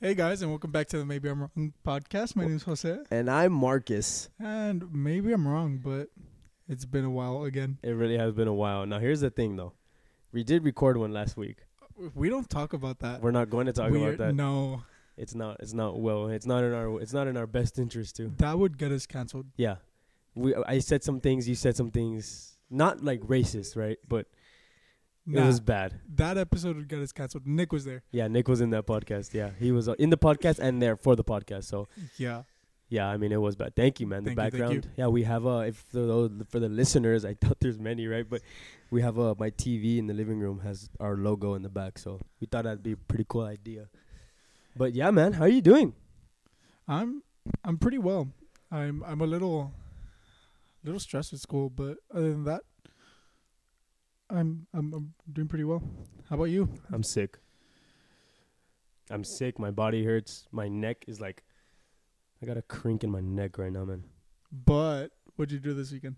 Hey guys, and welcome back to the Maybe I'm Wrong podcast. My name is Jose, And I'm Marcus. and maybe I'm wrong, but it's been a while again. It really has been a while. Now, here's the thing, though. We did record one last week. We don't talk about that. We're not going to talk We're- about that. No, It's not. It's not well. It's not in our. It's not in our best interest to. that would get us canceled. Yeah, we. I said some things. You said some things. Not like racist, right? But Nah, it was bad. that episode would get us canceled. Nick was there. Yeah, Nick was in that podcast. Yeah, he was uh, in the podcast and there for the podcast. So Yeah, yeah, I mean it was bad. Thank you, man. The Thank you, thank you. background. Yeah, we have uh, if for those for the listeners, I doubt there's many, right? But we have uh, my TV in the living room has our logo in the back, so we thought that'd be a pretty cool idea. But yeah, man, how are you doing? I'm, I'm pretty well. I'm, I'm a little, little stressed at school, but other than that, I'm, I'm, I'm doing pretty well. How about you? I'm sick. I'm sick. My body hurts. My neck is like, I got a crink in my neck right now, man. But what'd you do this weekend?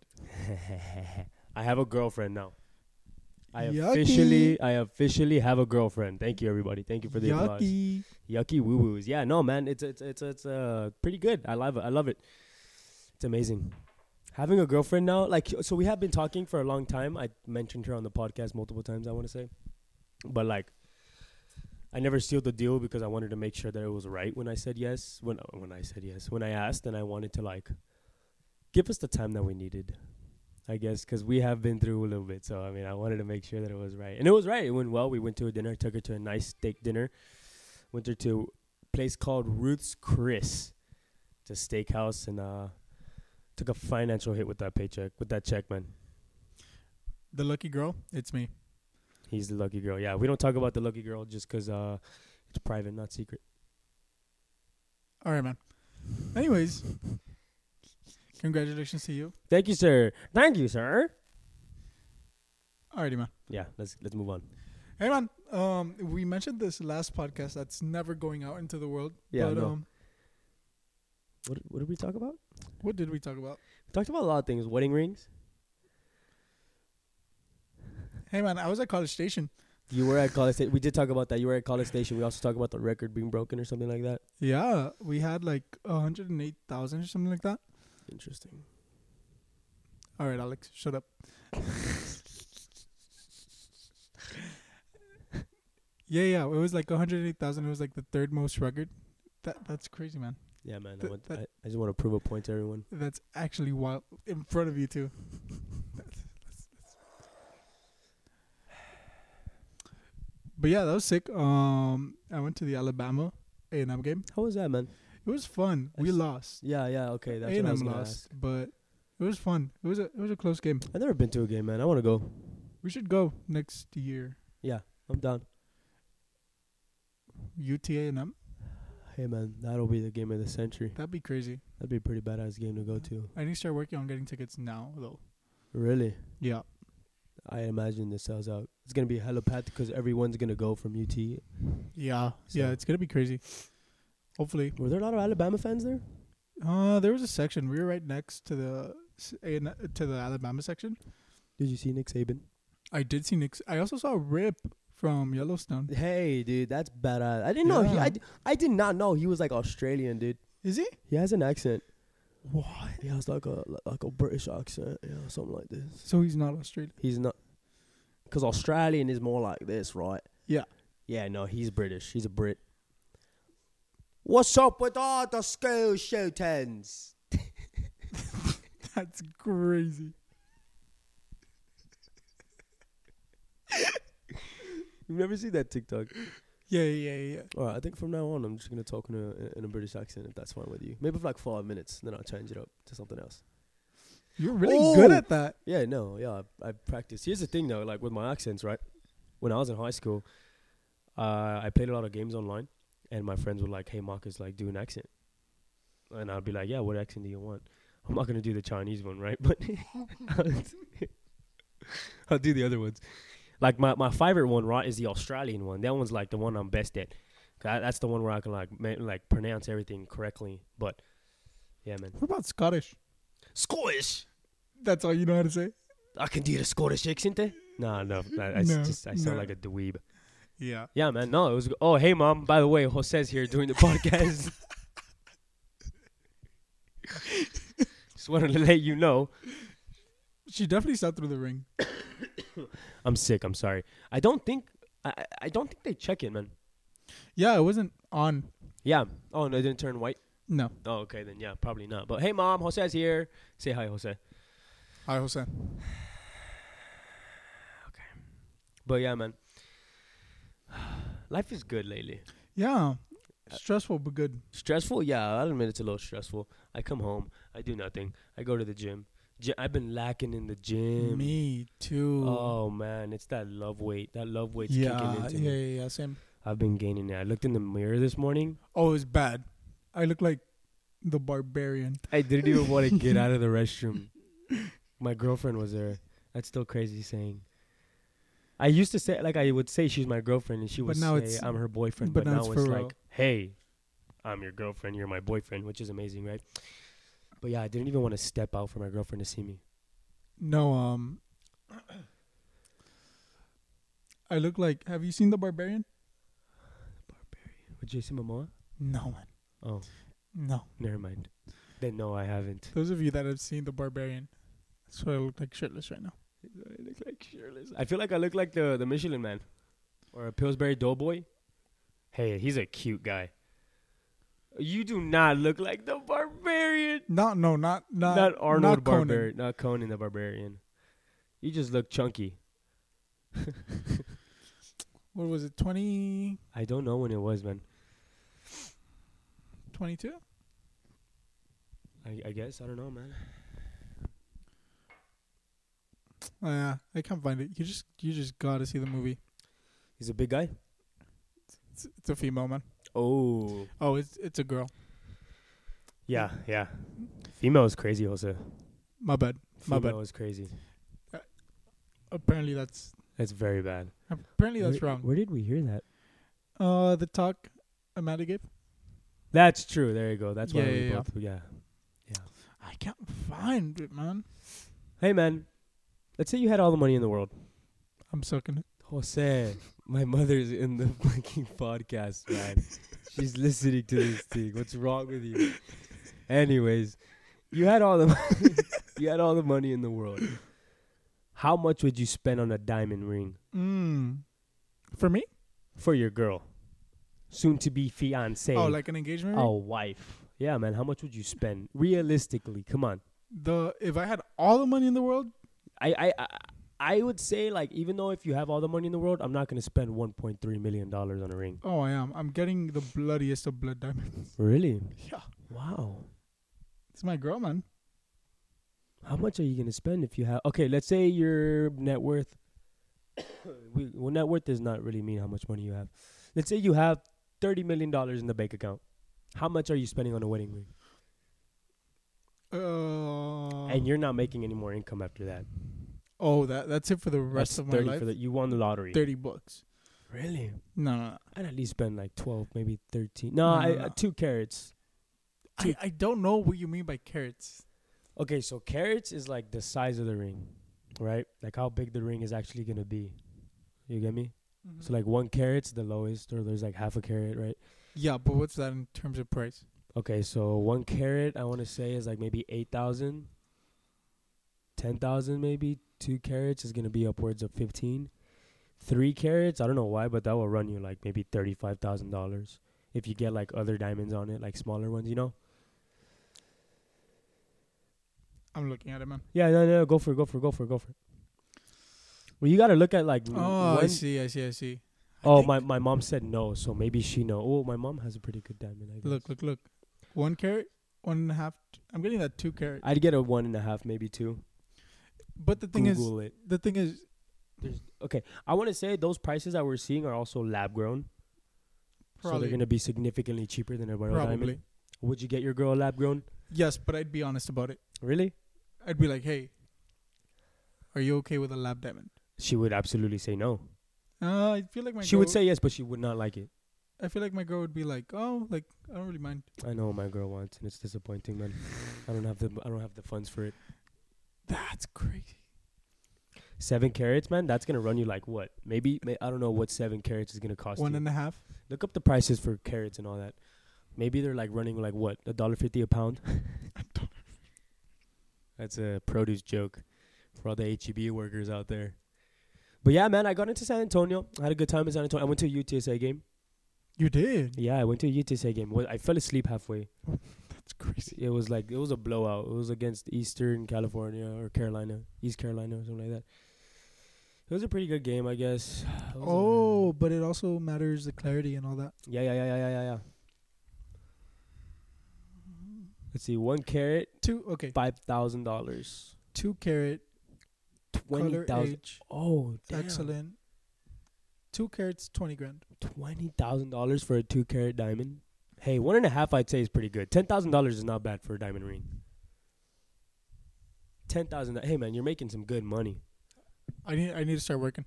I have a girlfriend now. I Yucky. officially, I officially have a girlfriend. Thank you, everybody. Thank you for the applause. Yucky. Yucky woo woos. Yeah, no, man, it's it's it's it's uh pretty good. I love it. I love it. It's amazing. Having a girlfriend now, like so, we have been talking for a long time. I mentioned her on the podcast multiple times. I want to say, but like, I never sealed the deal because I wanted to make sure that it was right when I said yes. When when I said yes, when I asked, and I wanted to like give us the time that we needed. I guess because we have been through a little bit, so I mean, I wanted to make sure that it was right, and it was right. It went well. We went to a dinner, took her to a nice steak dinner went there to a place called Ruth's Chris. It's a steakhouse and uh took a financial hit with that paycheck with that check, man. The lucky girl. It's me. He's the lucky girl. Yeah, we don't talk about the lucky girl just 'cause uh it's private, not secret. All right, man. Anyways, congratulations to you. Thank you, sir. Thank you, sir. Alrighty, man. Yeah, let's let's move on. Hey, man. Um, we mentioned this last podcast. That's never going out into the world. Yeah, But no. um, What what did we talk about? what did we talk about? We talked about a lot of things. Wedding rings. Hey, man. I was at College Station. You were at college station. We did talk about that. You were at college station. We also talked about the record being broken or something like that. Yeah, we had like hundred and eight thousand or something like that. Interesting. All right, Alex, shut up. yeah, yeah. It was like hundred eight thousand. It was like the third most record. That that's crazy, man. Yeah, man. I, Th- want, that- I, I just want to prove a point to everyone. That's actually wild in front of you too. But yeah, that was sick. Um, I went to the Alabama A and M game. How was that, man? It was fun. We That's- lost. Yeah, yeah. Okay, A that's what and I M was gonna ask. lost, but it was fun. It was a it was a close game. I've never been to a game, man. I want to go. We should go next year. I'm down. UTA and M. Hey, man, that'll be the game of the century. That'd be crazy. That'd be a pretty badass game to go to. I need to start working on getting tickets now, though. Really? Yeah. I imagine this sells out. It's going to be hella packed because everyone's going to go from UT. Yeah. So- Yeah. It's gonna be crazy. Hopefully. Were there a lot of Alabama fans there? Uh, there was a section. We were right next to the s- A and- to the Alabama section. Did you see Nick Saban? I did see Nick's. I also saw Rip from Yellowstone. Hey, dude, that's badass. I didn't know. He, I, Yeah. d- I did not know he was like Australian, dude. Is he? He has an accent. What? He has like a like a British accent, you know, something like this. So he's not Australian. He's not. Because Australian is more like this, right? Yeah. Yeah, no, he's British. He's a Brit. What's up with all the school shootings? That's crazy. You've never seen that TikTok. Yeah, yeah, yeah. yeah. All right, I think from now on, I'm just going to talk in a, in a British accent if that's fine with you. Maybe for like five minutes, then I'll change it up to something else. You're really good Oh! at that. Yeah, no, yeah, I, I practiced. Here's the thing though, like with my accents, right? When I was in high school, uh, I played a lot of games online, and my friends were like, "Hey, Marcus, like, do an accent," and I'd be like, "Yeah, what accent do you want?" I'm not gonna do the Chinese one, right? But I'll do the other ones. Like my my favorite one, right, is the Australian one. That one's like the one I'm best at. 'Cause I- That's the one where I can like ma- like pronounce everything correctly. But yeah, man, What about Scottish? Scottish. That's all you know how to say. I can do the Scottish accent there. No, no, I, I s- No, just I sound no. like a dweeb. Yeah. Yeah, man. No, it was. Oh, hey, mom. By the way, Jose's here doing the podcast. Just wanted to let you know. She definitely sat through the ring. I'm sick. I'm sorry. I don't think. I I- I don't think they check it, man. Yeah, it wasn't on. Yeah. Oh no, it didn't turn white. No. Oh, okay then. Yeah, probably not. But hey, mom. Jose's here. Say hi, Jose. Hi, Jose. But yeah, man. Life is good lately. Yeah. Stressful but good. Stressful? Yeah, I'll admit it's a little stressful. I come home, I do nothing. I go to the gym. Gy- I've been lacking in the gym. Me too. Oh man, it's that love weight. That love weight's kicking yeah, yeah, into yeah, me. yeah, same. I've been gaining it. I looked in the mirror this morning. Oh, it's bad. I look like the barbarian. I didn't even want to get out of the restroom. My girlfriend was there. That's still crazy saying. I used to say like I would say she's my girlfriend and she would But now say it's- I'm her boyfriend. But, but now now, it's it's for like, real. hey, I'm your girlfriend. You're my boyfriend, which is amazing, right? But yeah, I didn't even want to step out for my girlfriend to see me. No, um I look like have you seen the barbarian? With Jason Momoa? No man. Oh, No. never mind. Then no, I haven't. Those of you that have seen the barbarian, that's what I look like shirtless right now. I look like shirtless. I feel like I look like the, the Michelin man or a Pillsbury Doughboy. Hey, he's a cute guy. You do not look like the barbarian. No, no, not not, Not, Arnold Conan. Barbarian. Not Conan the Barbarian. You just look chunky. What was it? 20 I don't know when it was, man. 22? I, I guess. I don't know, man. Uh, I can't find it. You just you just got to see the movie. He's a big guy? It's, it's a female man. Oh. Oh, it's it's a girl. Yeah, yeah. Female is crazy, Jose. My bad. My Female bad. is crazy. Apparently that's That's very bad. apparently that's Where- wrong. Where did we hear that? Uh, the talk Amanda gave. That's true. There you go. That's why Yeah, we yeah, yeah. both. yeah. I can't find it, man. Hey man, let's say you had all the money in the world. I'm sucking it. Jose, my mother's in the fucking podcast, man. She's listening to this thing. What's wrong with you? Anyways, you had all the money. you had all the money in the world. How much would you spend on a diamond ring Mm. For me? for your girl, soon to be fiance, Oh, like an engagement ring? a wife? Yeah, man. How much would you spend realistically? Come on. The if I had all the money in the world, I, I, I, I would say like even though if you have all the money in the world, I'm not gonna spend 1.3 million dollars on a ring. oh, I am. I'm getting the bloodiest of blood diamonds. Really? yeah. Wow. It's my girl, man. How much are you gonna spend if you have? Okay, let's say your net worth. we, well, net worth does not really mean how much money you have. Let's say you have 30 million dollars in the bank account. How much are you spending on a wedding ring? Uh, and you're not making any more income after that. oh, that that's it for the rest That's of my 30 life. For the, you won the lottery. Thirty bucks. Really? No, no, no. I'd at least spend like 12, maybe 13. No, No, I, no, uh, no. two carats. I, I don't know what you mean by carrots. Okay, so carrots is like the size of the ring, right? Like how big the ring is actually gonna be. You get me? So like one carat's the lowest, or there's like half a carat, right? yeah, but what's that in terms of price? Okay, so one carat I want to say is like maybe eight thousand, ten thousand maybe. Two carats is gonna be upwards of fifteen. Three carats, I don't know why, but that will run you like maybe thirty-five thousand dollars if you get like other diamonds on it, like smaller ones, you know? I'm looking at it, man. Yeah, no, no, go for it, go for it, go for it, go for it. Well, you gotta look at like Oh, I when- see, I see, I see. I Oh, think- my, my mom said no, so maybe she know. Oh, my mom has a pretty good diamond. I guess. Look, look, look. One carat, one and a half. T- I'm getting that two carat. I'd get a one and a half, maybe two. But the thing Google it. is, the thing is, There's, okay, I want to say those prices that we're seeing are also lab grown, so probably, they're gonna be significantly cheaper than a royal probably. diamond. Would you get your girl a lab grown? Yes, but I'd be honest about it. Really? I'd be like, hey, are you okay with a lab diamond? She would absolutely say no. Uh, I feel like my she girl, would say yes, but she would not like it. I feel like my girl would be like, oh, like I don't really mind. I know what my girl wants, and it's disappointing, man. I don't have the I don't have the funds for it. That's crazy. seven carats, man, that's gonna run you like what? Maybe may, I don't know what seven carats is gonna cost. One you. and a half. Look up the prices for carrots and all that. Maybe they're like running like what a dollar fifty a pound. That's a produce joke for all the HEB workers out there. But yeah, man, I got into San Antonio. I had a good time in San Antonio. I went to a UTSA game. You did. Yeah, I went to a UTSA game. Wa- I fell asleep halfway. That's crazy. It was like it was a blowout. It was against Eastern California or Carolina, East Carolina or something like that. It was a pretty good game, I guess. It was a- Oh, but it also matters the clarity and all that. Yeah, yeah, yeah, yeah, yeah, yeah, yeah. Let's see, one carrot, Two. Okay. five thousand dollars, Two carat. twenty color thousand. age. Oh, damn. Excellent. Two carats, twenty grand. Twenty thousand dollars for a two carat diamond. Hey, one and a half, I'd say, is pretty good. Ten thousand dollars is not bad for a diamond ring. Ten thousand. Hey, man, you're making some good money. I need. I need to start working.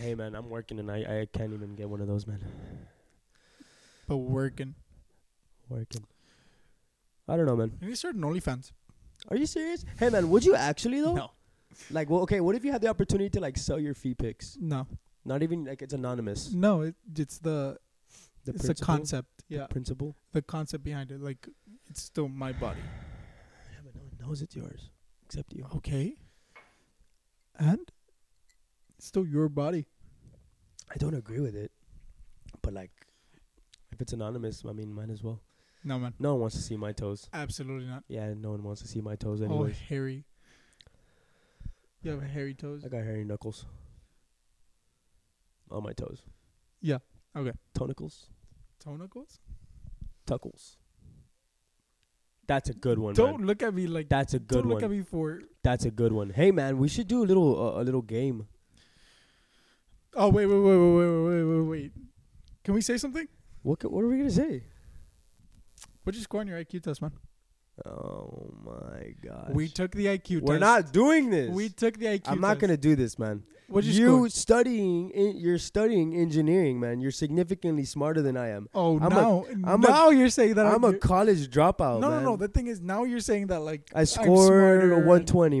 Hey, man, I'm working and I, I can't even get one of those, man. But working. Working. I don't know, man. I need to start an OnlyFans. Are you serious? Hey, man, would you actually though? No. Like, well, okay, what if you had the opportunity to like sell your fee pics? No. Not even like it's anonymous. No. It, it's the. The it's the principle? concept. The Yeah. principle. The concept behind it. Like, it's still my body. Yeah, but no one knows it's yours except you. Okay. And. It's still your body. I don't agree with it, but like, if it's anonymous, I mean, might as well. No man. No one wants to see my toes. Absolutely not. Yeah, no one wants to see my toes All anyways. hairy. You have hairy toes. I got hairy knuckles. On my toes. Yeah, okay. Tonicles. Tonacles? Tuckles. That's a good one. Don't man. look at me like That's a good Don't look one. at me for. That's a good one. Hey man, we should do a little uh, a little game. Oh wait, wait, wait, wait, wait, wait, wait, wait, wait. Can we say something? What ca- what are we gonna say? What'd you score on your IQ test, man? Oh my god. We took the IQ We're test. not doing this. We took the IQ. I'm not test. gonna do this, man. What'd you, score? you studying? en- You're studying engineering, man. You're significantly smarter than I am. Oh, I'm a- now, I'm a- now you're saying that I'm a you're- college dropout. no, no, man. no. The thing is, now you're saying that like I I'm scored smarter a and- 120,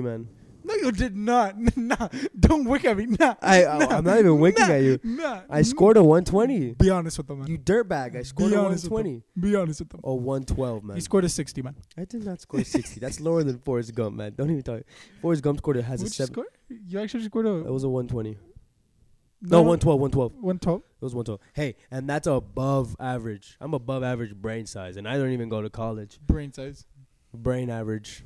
man. No, you did not. nah, don't wink at me. Nah, I, I I'm not even winking nah, at you. Nah, I scored a 120. Be honest with them, man. You dirtbag! I scored Be a honest with 120. Be honest with them. Oh, 112, man. He scored a 60, man. I did not score 60. That's lower than Forrest Gump, man. Don't even talk. Forrest Gump scored it has What'd a you seven. score? You actually scored a That was a 120. No, 112, 112. 112. It was 112. Hey, and that's above average. I'm above average brain size, and I don't even go to college. Brain size. Brain average.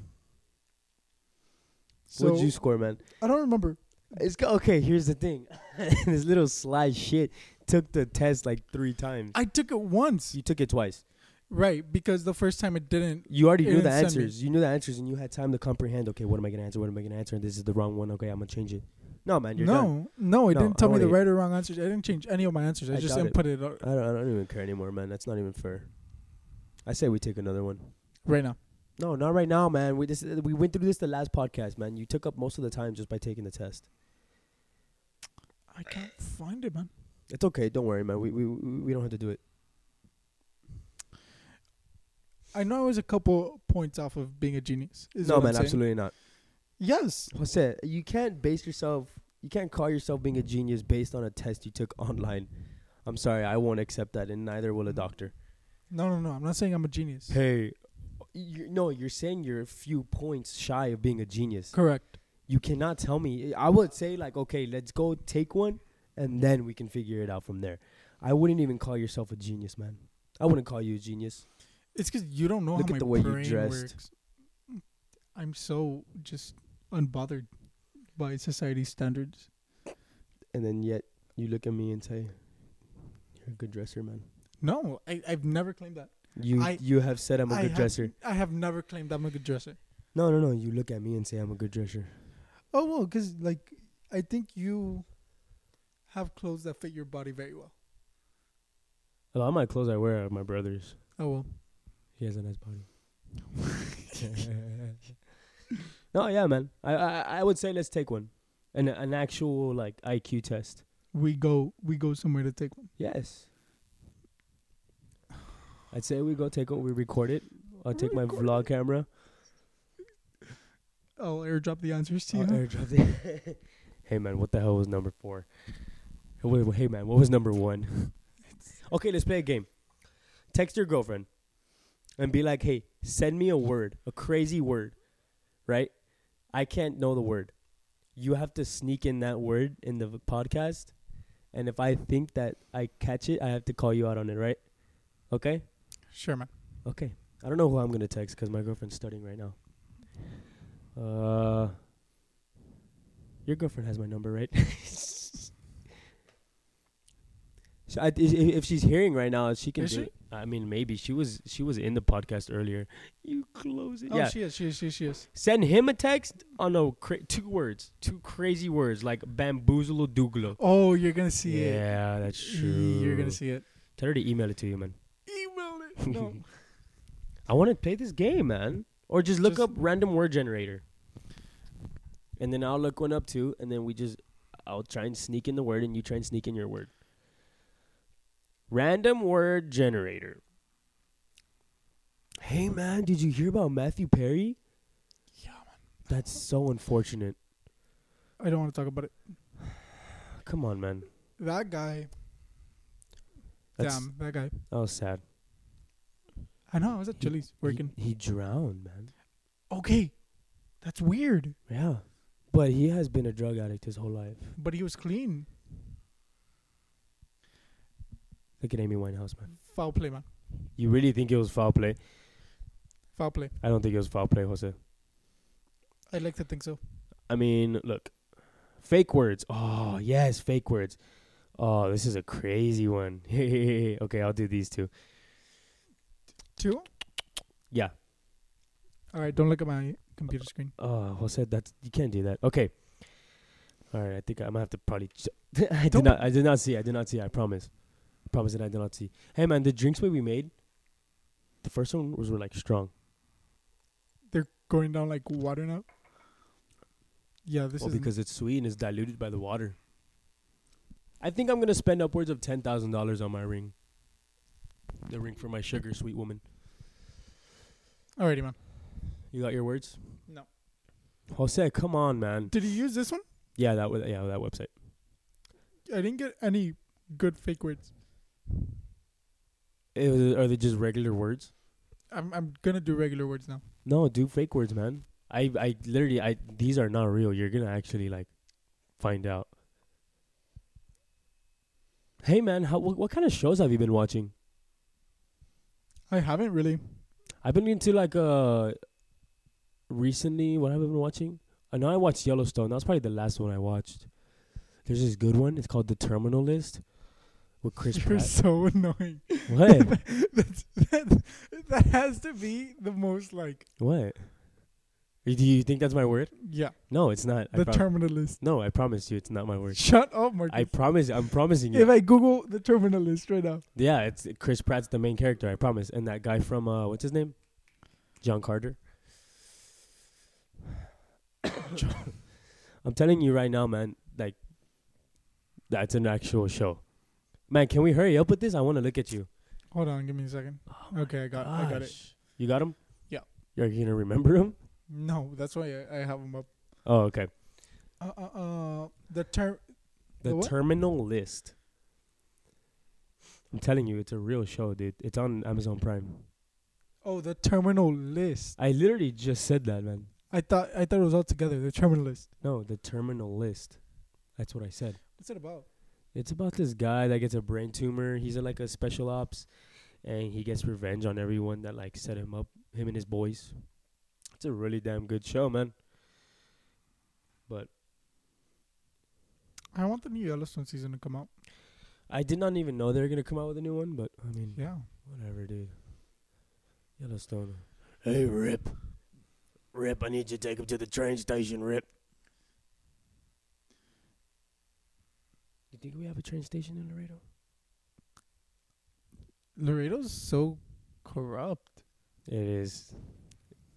So What'd you score, man? I don't remember. It's go- okay. Here's the thing. this little sly shit took the test like three times. I took it once. you took it twice. Right, because the first time it didn't. You already It knew the didn't send me. answers. You knew the answers, and you had time to comprehend. Okay, what am I gonna answer? What am I gonna answer? And this is the wrong one. Okay, I'm gonna change it. No, man, you're done. No, no, it No, didn't I tell me wanna the hear- right or wrong answers. I didn't change any of my answers. I, I just doubt it. Uh, input it out I don't, I don't even care anymore, man. That's not even fair. I say we take another one. right now. No, not right now, man. We this we went through this the last podcast, man. You took up most of the time just by taking the test. I can't find it, man. It's okay. Don't worry, man. We we we we don't have to do it. I know I was a couple points off of being a genius. Is no, what I'm man. saying. Absolutely not. Yes. Jose, you can't base yourself. You can't call yourself being a genius based on a test you took online. I'm sorry, I won't accept that, and neither will a doctor. No, no, no. I'm not saying I'm a genius. Hey, you, no, you're saying you're a few points shy of being a genius. Correct. You cannot tell me. I would say like, okay, let's go take one, and then we can figure it out from there. I wouldn't even call yourself a genius, man. I wouldn't call you a genius. It's because you don't know Look how at my the way you brain dressed. works. I'm so just unbothered by society's standards. And then yet you look at me and say, "You're a good dresser, man." No, I, I've never claimed that. You I- you have said I'm a I good have- dresser. I have never claimed I'm a good dresser. No, no, no. You look at me and say I'm a good dresser. Oh well, because like I think you have clothes that fit your body very well. A lot of my clothes I wear are my brother's. Oh well, He has a nice body. no, yeah, man. I, I I would say let's take one, an an actual like IQ test. we go we go somewhere to take one. Yes. I'd say we go take it. We record it. I'll take my Record vlog camera. I'll airdrop the answers to I'll you. airdrop it. hey man, what the hell was number four? Hey, wait, wait, hey man, what was number one? okay, let's play a game. Text your girlfriend and be like, hey, send me a word, a crazy word, right? I can't know the word. You have to sneak in that word in the v- podcast, and if I think that I catch it, I have to call you out on it, right? Okay. Sure, man. Okay. I don't know who I'm gonna text because my girlfriend's studying right now. Uh, your girlfriend has my number, right? so I, i- if she's hearing right now, she can. Is do she? It. I mean, maybe she was. She was in the podcast earlier. You close it. Oh, yeah. she is. She is. She is. She is. Send him a text. Oh no, cra- two words, two crazy words like bamboozle dooglo. Oh, you're gonna see it. yeah, that's true. You're gonna see it. Tell her to email it to you, man. Email it. No. I want to play this game, man. Or just look Just- up random word generator. And then I'll look one up too, and then we just I'll try and sneak in the word and you try and sneak in your word. Random word generator. Hey man, did you hear about Matthew Perry? Yeah, man. That's so unfortunate. I don't want to talk about it. Come on, man. That guy. That's damn, that guy. that was sad. I know. I was at He- Chili's working. He, he drowned, man. okay, that's weird. Yeah. But he has been a drug addict his whole life. But he was clean. Look at Amy Winehouse, man. Foul play, man. You really think it was foul play? Foul play. I don't think it was foul play, Jose. I like to think so. I mean, look, fake words. Oh yes, fake words. Oh, this is a crazy one. okay, I'll do these two. Two. Yeah. All right. Don't look at my computer screen. Oh, Jose, that's you can't do that. Okay. All right, I think I'm gonna have to probably. ch- I did Don't- not. I did not see. I did not see. I promise. Promise that I did not see. Hey man, the drinks way we made. The first one was were like strong. They're going down like water now. Yeah, this well, is because it's sweet and it's diluted by the water. I think I'm gonna spend upwards of ten thousand dollars on my ring. The ring for my sugar sweet woman. alrighty, man. You got your words? No. Jose, come on, man. Did you use this one? Yeah, that was yeah that website. I didn't get any good fake words. It was, are they just regular words? I'm I'm gonna do regular words now. No, do fake words, man. I I literally I these are not real. You're gonna actually like find out. Hey, man, how what, what kind of shows have you been watching? I haven't really. I've been into like uh recently what have I been watching? I know I watched Yellowstone. That was probably the last one I watched. There's this good one. It's called The Terminal List with Chris You're Pratt. so annoying. What? That's, that that has to be the most like what? Y- Do you think that's my word? yeah No, it's not. I the prom- terminalist. no, I promise you, it's not my word. Shut up, Marcus. I promise. I'm promising If you. I Google the terminalist right now, yeah, it's Chris Pratt's the main character. I promise. And that guy from uh, what's his name? John Carter. I'm telling you right now, man. Like, that's an actual show. Man, can we hurry up with this? I want to look at you. hold on, give me a second. Okay, I got I got it. Oh Gosh. You got him? Yeah. You're gonna remember him? No, that's why I, I have them up. Oh, okay. Uh, uh, uh the term The, The what? Terminal List. I'm telling you, it's a real show, dude. It's on Amazon Prime. oh the terminal list. I literally just said that, man. I thought I thought it was all together. The terminalist. No, the Terminal List. That's what I said. What's it about? It's about this guy that gets a brain tumor. He's a, like a special ops, and he gets revenge on everyone that like set him up, him and his boys. It's a really damn good show, man. But I want the new Yellowstone season to come out. I did not even know they were gonna come out with a new one. But I mean, Yeah. whatever, dude. Yellowstone. Hey, Rip. Rip, I need you to take him to the train station, Rip. You think we have a train station in Laredo? Laredo's so corrupt. It is.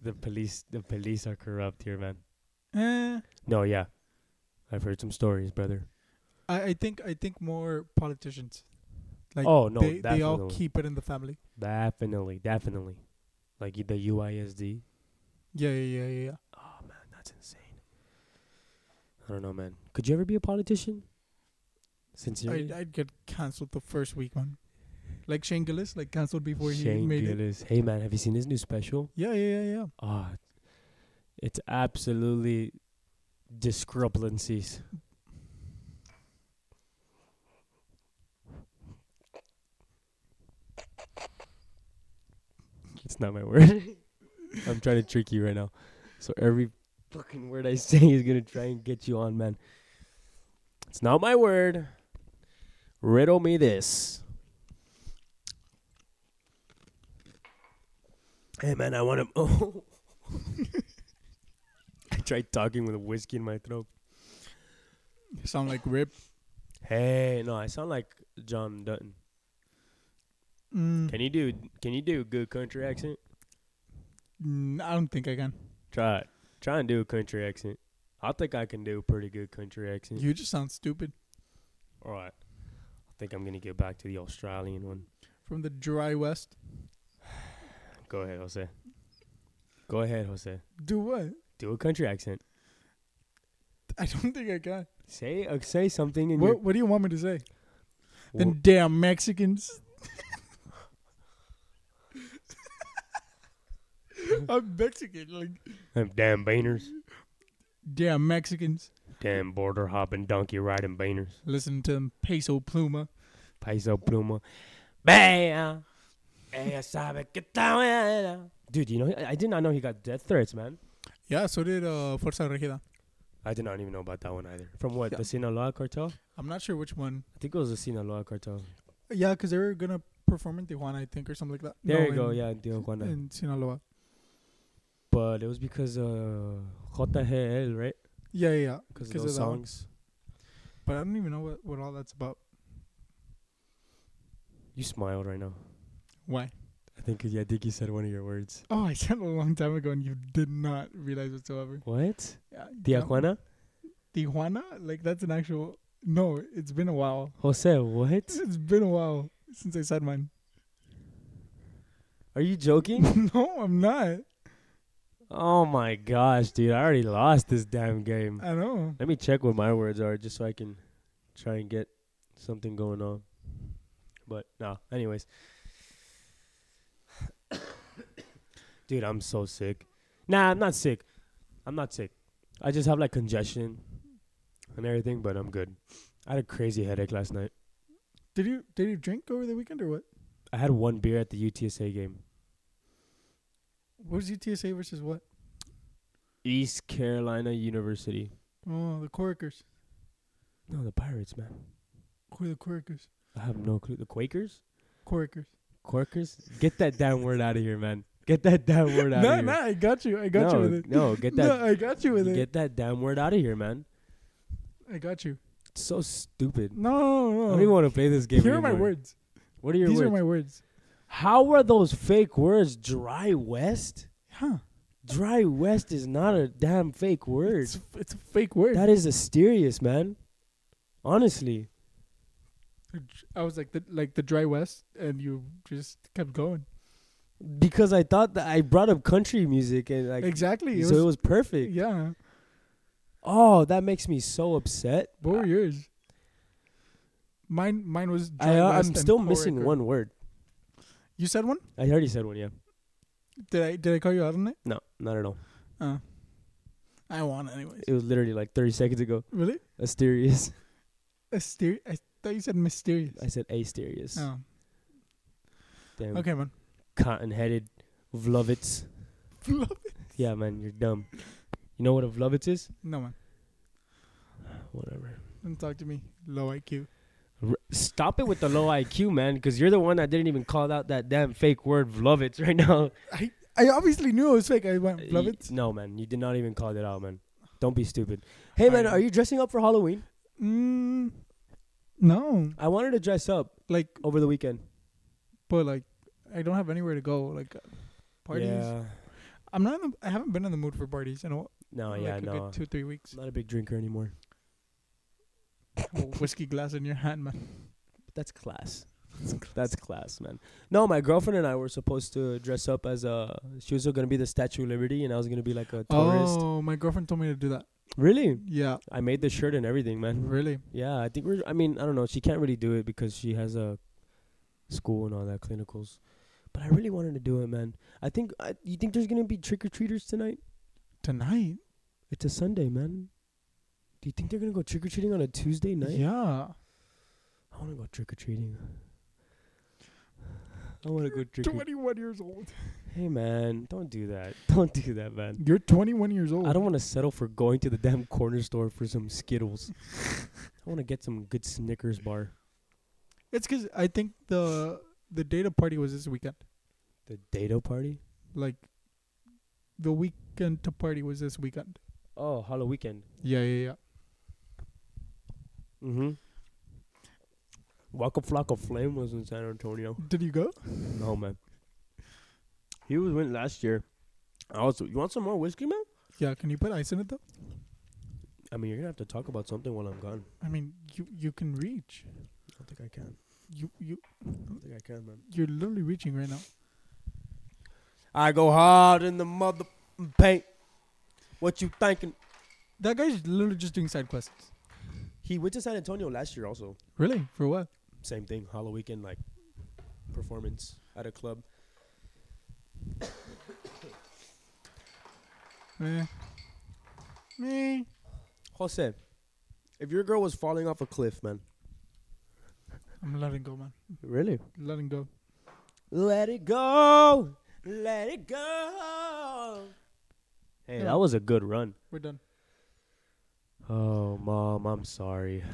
The police the police are corrupt here, man. Eh, No, yeah. I've heard some stories, brother. I, I think I think more politicians. Like oh no, they, they all definitely. keep it in the family. definitely, definitely. Like the UISD. Yeah, yeah, yeah, yeah, yeah. Oh man, that's insane. I don't know, man. Could you ever be a politician? Sincerely, I'd, I'd get canceled the first week, man. Like Shane Gillis, like canceled before he Shane made it. Gillis. Hey, man, have you seen his new special? Yeah, yeah, yeah, yeah. Ah, it's absolutely discrepancies. It's not my word. I'm trying to trick you right now. So every fucking word I say is gonna try and get you on, man. It's not my word. Riddle me this. Hey man, I want to. Oh. I tried talking with a whiskey in my throat. Sound like Rip. Hey, no, I sound like John Dutton. Mm, Can you do? Can you do a good country accent? mm, I don't think I can. Try it. Try and do a country accent. I think I can do a pretty good country accent. You just sound stupid. All right. I think I'm gonna get back to the Australian one. From the dry west. Go ahead, Jose. Go ahead, Jose. Do what? Do a country accent. I don't think I can. Say uh, say something in What What do you want me to say? your. Them damn Mexicans. I'm Mexican, like Them um, damn Bainers. damn Mexicans. Damn border hopping donkey riding Bainers. Listen to them peso pluma. Paiso Pluma. Bam! Ella sabe que está buena. Dude, you know, I I did not know he got death threats, man. Yeah, so did uh, Fuerza Regida. I did not even know about that one either. From what? Yeah. The Sinaloa cartel? I'm not sure which one. I think it was the Sinaloa cartel. Yeah, because they were gonna perform in Tijuana, I think, or something like that. There No, you go, in- yeah, Dio Juana. In Sinaloa. But it was because uh, JGL, right? Yeah, yeah, yeah. Because of 'Cause those of that one. songs. But I don't even know what, what all that's about. You smiled right now. Why? I think, yeah, I think you said one of your words. Oh, I said it a long time ago, and you did not realize whatsoever. What? Yeah, you Dio don't- Juana? Tijuana? Like that's an actual. No, it's been a while. Jose, what? It's been a while since I said mine. Are you joking? no, I'm not. oh my gosh, dude. I already lost this damn game. I know. Let me check what my words are just so I can try and get something going on. But no, anyways. Dude, I'm so sick. Nah, I'm not sick. I'm not sick. I just have like congestion and everything, but I'm good. I had a crazy headache last night. Did you did you drink over the weekend or what? I had one beer at the UTSA game. What was UTSA versus what? East Carolina University. Oh, the Quakers. No, the Pirates, man. Who are the Quakers? I have no clue. The Quakers? Quakers. Quakers? Get that damn word out of here, man. Get that damn word out No, of here. no, I got you. I got no, you with it. No, get that. no, I got you with it. Get that damn word out of here, man. I got you. It's so stupid. No, no, no, I no. don't even want to play this game. Here are my anymore. words. What are your These words? are my words. How are those fake words? Dry West. Huh? Dry West is not a damn fake word. It's, it's a fake word. That is mysterious, man. Honestly, I was like the like the dry west, and you just kept going. because I thought that I brought up country music and like exactly. It so it was, was perfect. yeah. Oh, that makes me so upset. What were yours? Mine, mine was. Dry I, uh, West I'm and still missing Coraker. one word. You said one. I already said one. Yeah. Did I did I call you out on it? No, not at all. Uh, I won anyways. It was literally like 30 seconds ago. Really? Asterius. Aster- I thought you said mysterious. I said Asterius. Oh. Damn. Okay, man. Cotton headed Vlovitz. Love it. Yeah, man, you're dumb. You know what a Vlovitz is? No man, Whatever. don't talk to me. Low IQ. R- Stop it with the low IQ, man, because you're the one that didn't even call out that damn fake word Vlovitz right now. I I obviously knew it was fake. I went love Uh, Y- it. No, man, you did not even call it out, man. Don't be stupid. Hey, man, I- are you dressing up for Halloween? Mm, no, I wanted to dress up like, over the weekend. but like, I don't have anywhere to go. Like, uh, parties. Yeah. I'm not. In the, I haven't been in the mood for parties in a, No, like Oh, yeah, a no. good two three weeks. I'm not a big drinker anymore. A whiskey glass in your hand, man. That's class. That's class, man. No, my girlfriend and I were supposed to dress up as a. She was gonna be the Statue of Liberty, and I was gonna be like a tourist. Oh, my girlfriend told me to do that. Really? Yeah, I made the shirt and everything, man. really. Yeah, I think we're. I mean, I don't know. She can't really do it because she has a school and all that clinicals. But I really wanted to do it, man. I think. I, you think there's gonna be trick or treaters tonight? Tonight. It's a Sunday, man. Do you think they're gonna go trick or treating on a Tuesday night? Yeah. I want to go trick or treating. I want to go trick or. Twenty-one years old. Hey, man! Don't do that. Don't do that, man. You're twenty-one years old. I don't want to settle for going to the damn corner store for some Skittles. I want to get some good Snickers bar. It's because I think the the data party was this weekend. The Dado party? Like, the weekend to party was this weekend. Oh, Hollow Weekend. Yeah, yeah, yeah. Mm-hmm. Waka Flocka Flame was in San Antonio. Did you go? No, man. He was went last year. I Also, you want some more whiskey, man? Yeah. Can you put ice in it though? I mean, you're gonna have to talk about something while I'm gone. I mean, you you can reach. I don't think I can. You you I don't think I can, man. you're literally reaching right now. I go hard in the mother paint. What you thinking? That guy's literally just doing side quests. He went to San Antonio last year, also. Really? For what? Same thing, Hollow Weekend, like performance at a club. Eh. Me. Jose, if your girl was falling off a cliff, man. I'm letting go, man. Really? Letting go. Let it go. Let it go. Hey, Yeah. that was a good run. We're done. Oh, mom, I'm sorry.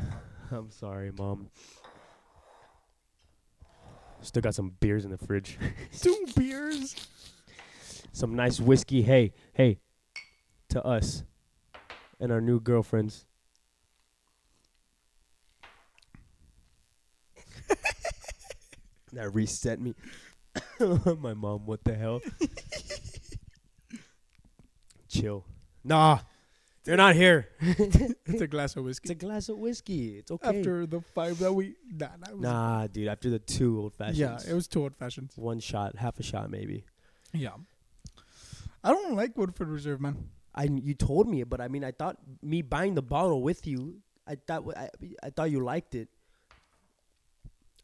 I'm sorry, mom. Still got some beers in the fridge. Two beers. some nice whiskey. Hey, hey, to us and our new girlfriends. that reset me. My mom, what the hell? Chill. Nah, they're not here. It's a glass of It's whiskey. a glass of whiskey. It's okay. After the five that we nah, that was nah, dude. After the two old fashions. yeah, it was two old fashions. one shot, half a shot, maybe. Yeah. I don't like Woodford Reserve, man. I you told me, but I mean, I thought me buying the bottle with you, I thought wa- I, I thought you liked it.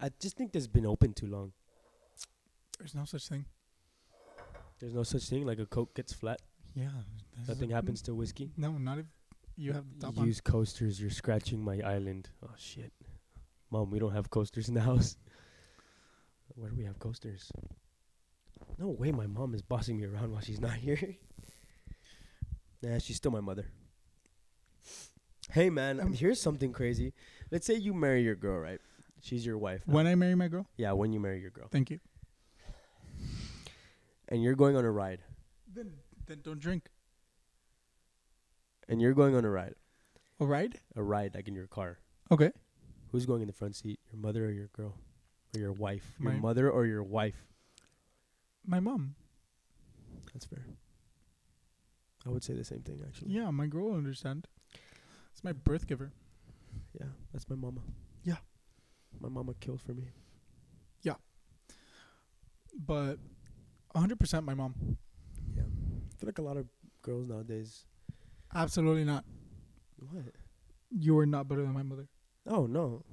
I just think this has been open too long. There's no such thing. There's no such thing like a Coke gets flat. Yeah. Nothing happens to whiskey. No, not if you have the top Use coasters. You're scratching my island. Oh shit, mom, we don't have coasters in the house. Where do we have coasters? No way, my mom is bossing me around while she's not here. nah, she's still my mother. Hey man, Um, here's something crazy. Let's say you marry your girl, right? She's your wife. on. When I marry my girl, yeah, when you marry your girl, thank you. and you're going on a ride, Then then don't drink. and you're going on a ride, All right. a ride like in your car. Okay. Who's going in the front seat? Your mother or your girl, or your wife? Your My- mother or your wife? My mom. That's fair. I would say the same thing actually. Yeah, my girl will understand. It's my birth giver. Yeah, that's my mama. Yeah. My mama killed for me. But 100% my mom. Yeah. I feel like a lot of girls nowadays Absolutely not. What? You are not better than my mother. Oh no.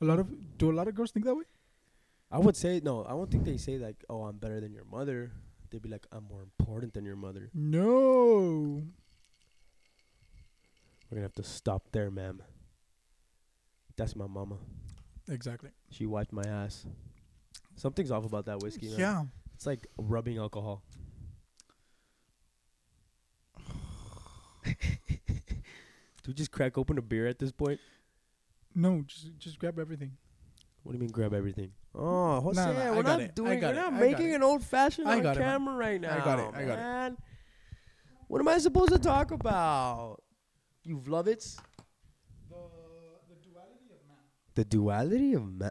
A lot of do a lot of girls think that way? I would say no, I don't think they say like, Oh, I'm better than your mother. They'd be like, I'm more important than your mother. No. We're gonna have to stop there, ma'am. That's my mama. Exactly. She wiped my ass. Something's off about that whiskey, man. Yeah. It's like rubbing alcohol. Do we just crack open a beer at this point? No, just just grab everything. What do you mean grab everything? Oh, Jose, no, I we're got not it. I doing got we're it. not I got making it. an old fashioned I on got it, man. camera right now. I got it. I got it. man. What am I supposed to talk about? You vlovits? The the duality of man. The duality of ma-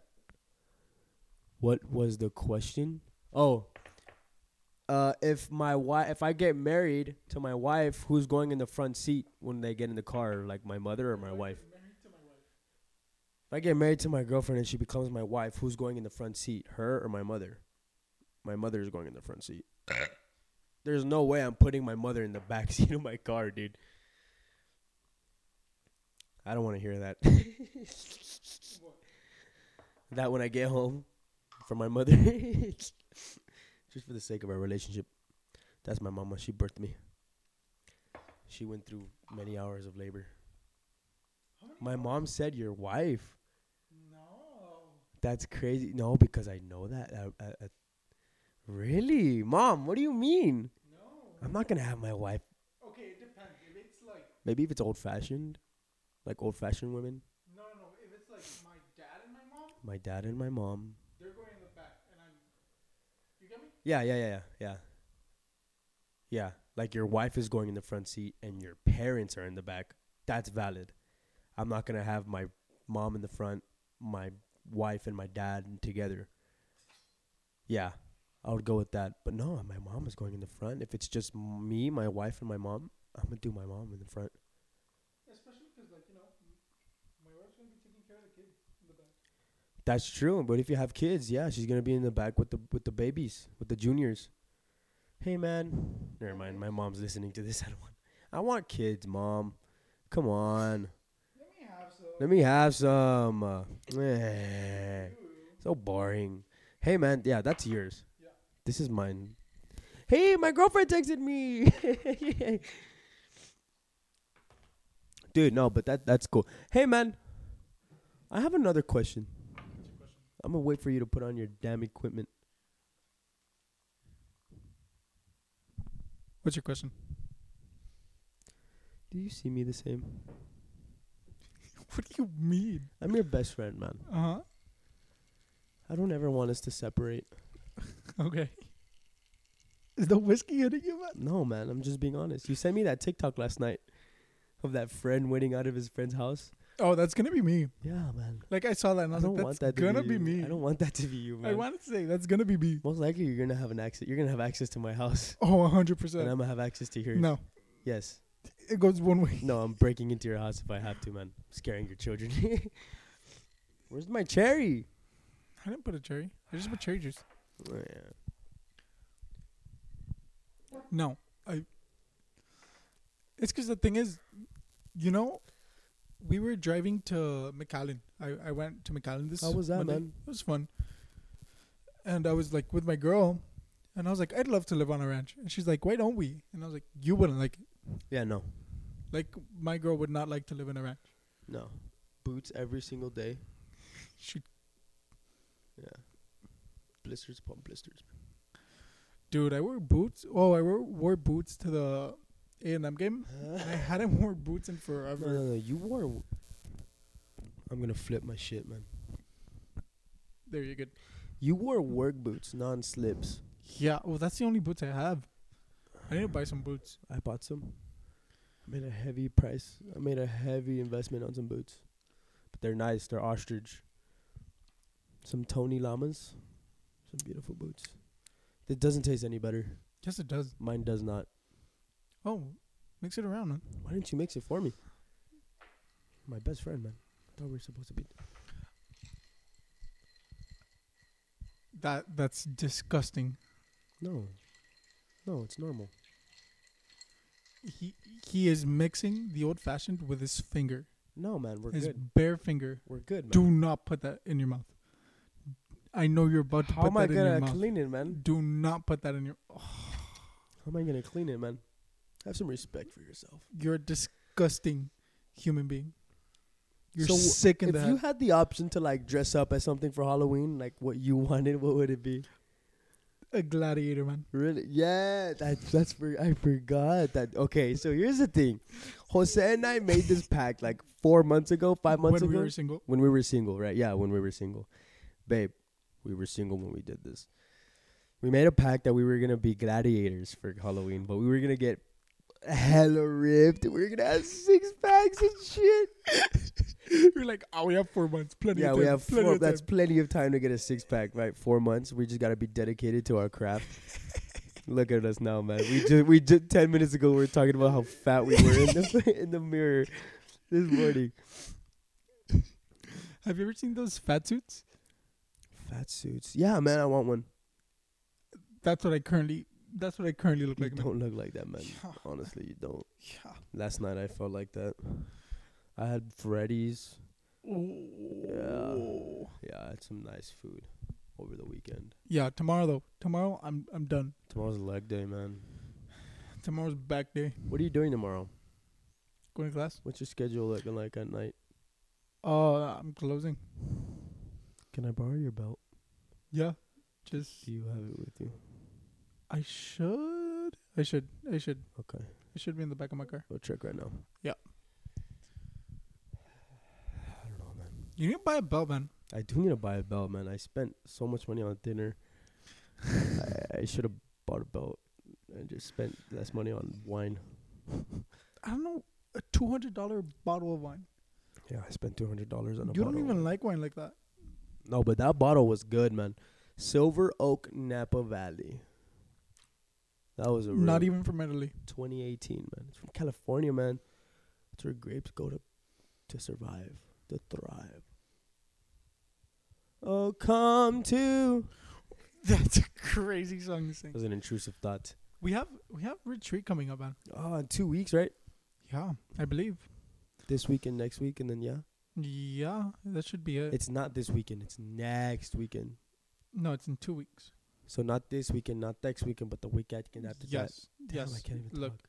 What was the question? Oh, uh, if my wife, if I get married to my wife, who's going in the front seat when they get in the car, like my mother or my wife? If I get married to my girlfriend and she becomes my wife, who's going in the front seat, her or my mother? My mother is going in the front seat. There's no way I'm putting my mother in the back seat of my car, dude. I don't want to hear that. that when I get home from my mother, just for the sake of our relationship. That's my mama. She birthed me. She went through many hours of labor. My mom said your wife. No. That's crazy. No, because I know that. I, I, I- really, mom? What do you mean? No. I'm not gonna have my wife. Okay, it depends. If it's like Maybe if it's old fashioned, like old fashioned women. no, no, no. If it's like my dad and my mom, My dad and my mom. they're going in the back, and I'm. You get me? Yeah, yeah, yeah, yeah, yeah. Yeah, like your wife is going in the front seat and your parents are in the back. That's valid. I'm not gonna have my mom in the front, my wife and my dad together. Yeah, I would go with that. But no, my mom is going in the front. If it's just me, my wife, and my mom, I'm gonna do my mom in the front. Especially because like you know, my wife's gonna be taking care of the kid in the back. That's true. But if you have kids, yeah, she's gonna be in the back with the with the babies, with the juniors. Hey man, never mind. My mom's listening to this. I don't want. I want kids, mom. Come on, Let me have some. let me have some. Uh, eh, so boring. Hey man, yeah, that's yours. Yeah. This is mine. Hey, my girlfriend texted me. Dude, no, but that that's cool. Hey man, I have another question. What's your question? I'm gonna wait for you to put on your damn equipment. What's your question? Do you see me the same? What do you mean? I'm your best friend, man. Uh I don't ever want us to separate. huh. Okay. Is the whiskey hitting you, man? No, man, I'm just being honest. You sent me that TikTok last night of that friend waiting out of his friend's house. Oh, that's gonna be me. Yeah, man. Like I saw that and I was like, that's gonna be, you. me. I don't want that to be you, man. I wanted to say that's gonna be me. Most likely, you're gonna have an access. You're gonna have access to my house, Oh, hundred and I'm percent. gonna have access to yours. No, Yes. it goes one way. No, I'm breaking into your house if I have to, man. scaring your children. Where's my cherry? I didn't put a cherry. I just put cherry juice. Oh, yeah. No, I. It's because the thing is, you know, we were driving to McAllen. I, I went to McAllen this. How was that, Monday. man? It was fun. And I was like with my girl, and I was like, I'd love to live on a ranch. And she's like, Why don't we? And I was like, You wouldn't like, it. Yeah, no, like my girl would not like to live in a ranch. no. Boots every single day. She, Yeah. Blisters upon blisters. dude, I wore boots. Oh, I wore, wore boots to the A and M game. no, I hadn't worn boots in no, forever. no. You wore. W- I'm gonna flip my shit, man. There you go. You wore work boots, non-slips. Yeah. Well, that's the only boots I have. I need to buy some boots. I bought some. I made a heavy price. I made a heavy investment on some boots, but they're nice. They're ostrich. Some Tony Llamas, some beautiful boots. It doesn't taste any better. Yes, it does. Mine does not. Oh, mix it around, man. Why didn't you mix it for me? My best friend, man. I thought we were supposed to be. That that's disgusting. No. No, it's normal. He he is mixing the old fashioned with his finger, No, man, we're his good. bare finger. We're good, man. Do not put that in your mouth. I know you're about to How put am I that in your gonna mouth. clean it, man? Do not put that in your. How am I gonna clean it, man? Have some respect for yourself. You're a disgusting human being. You're So w- sick in If the you head. had the option to like dress up as something for Halloween, like what you wanted, what would it be? a gladiator, man. Really? Yeah, that, that's for I forgot that. Okay, so here's the thing, Jose and I made this pact like four months ago, five months when ago. we were single. When we were single, right? Yeah, when we were single. Babe, we were single when we did this. We made a pact that we were going to be gladiators for Halloween, but we were going to get hella ripped. We were going to have six packs and shit. You're like, oh, we have four months. Plenty. yeah, of we time, have plenty four. of time." That's plenty of time to get a six pack, right? Four months. We just got to be dedicated to our craft. Look at us now, man. We just we just ten minutes ago we were talking about how fat we were in the in the mirror this morning. Have you ever seen those fat suits? Fat suits. Yeah, man, I want one. That's what I currently. That's what I currently look You like. man. don't look like that, man. Yeah. Honestly, you don't. Yeah. Last night I felt like that. I had Freddy's. Ooh. Yeah, I had some nice food over the weekend. Yeah, tomorrow though. Tomorrow I'm I'm done. Tomorrow's leg day, man. Tomorrow's back day. What are you doing tomorrow? Going to class. What's your schedule looking like at night? Uh, I'm closing. Can I borrow your belt? Yeah, just Do you have it with you? I should. I should. I should. Okay. It should be in the back of my car. Go check right now. Yeah. I don't know, man. You need to buy a belt, man. I do need to buy a belt, man. I spent so much money on dinner. I, I should have bought a belt and just spent less money on wine. I don't know a two hundred dollar bottle of wine. Yeah, I spent two hundred dollars on a you bottle. don't even like wine like that. no, but that bottle was good, man. Silver Oak Napa Valley. That was a real Not even from Italy. 2018, man. It's from California, man. It's where grapes go to to survive, to thrive. Oh, come to. That's a crazy song to That sing. was an intrusive thought. We have we have retreat coming up, man. Oh, in two weeks, right? Yeah, I believe. This weekend, next week, and then yeah. Yeah, that should be it. It's not this weekend. It's next weekend. no, it's in two weeks. So not this weekend, not next weekend, but the weekend after that. yes, Damn, yes. I can't even Look, talk.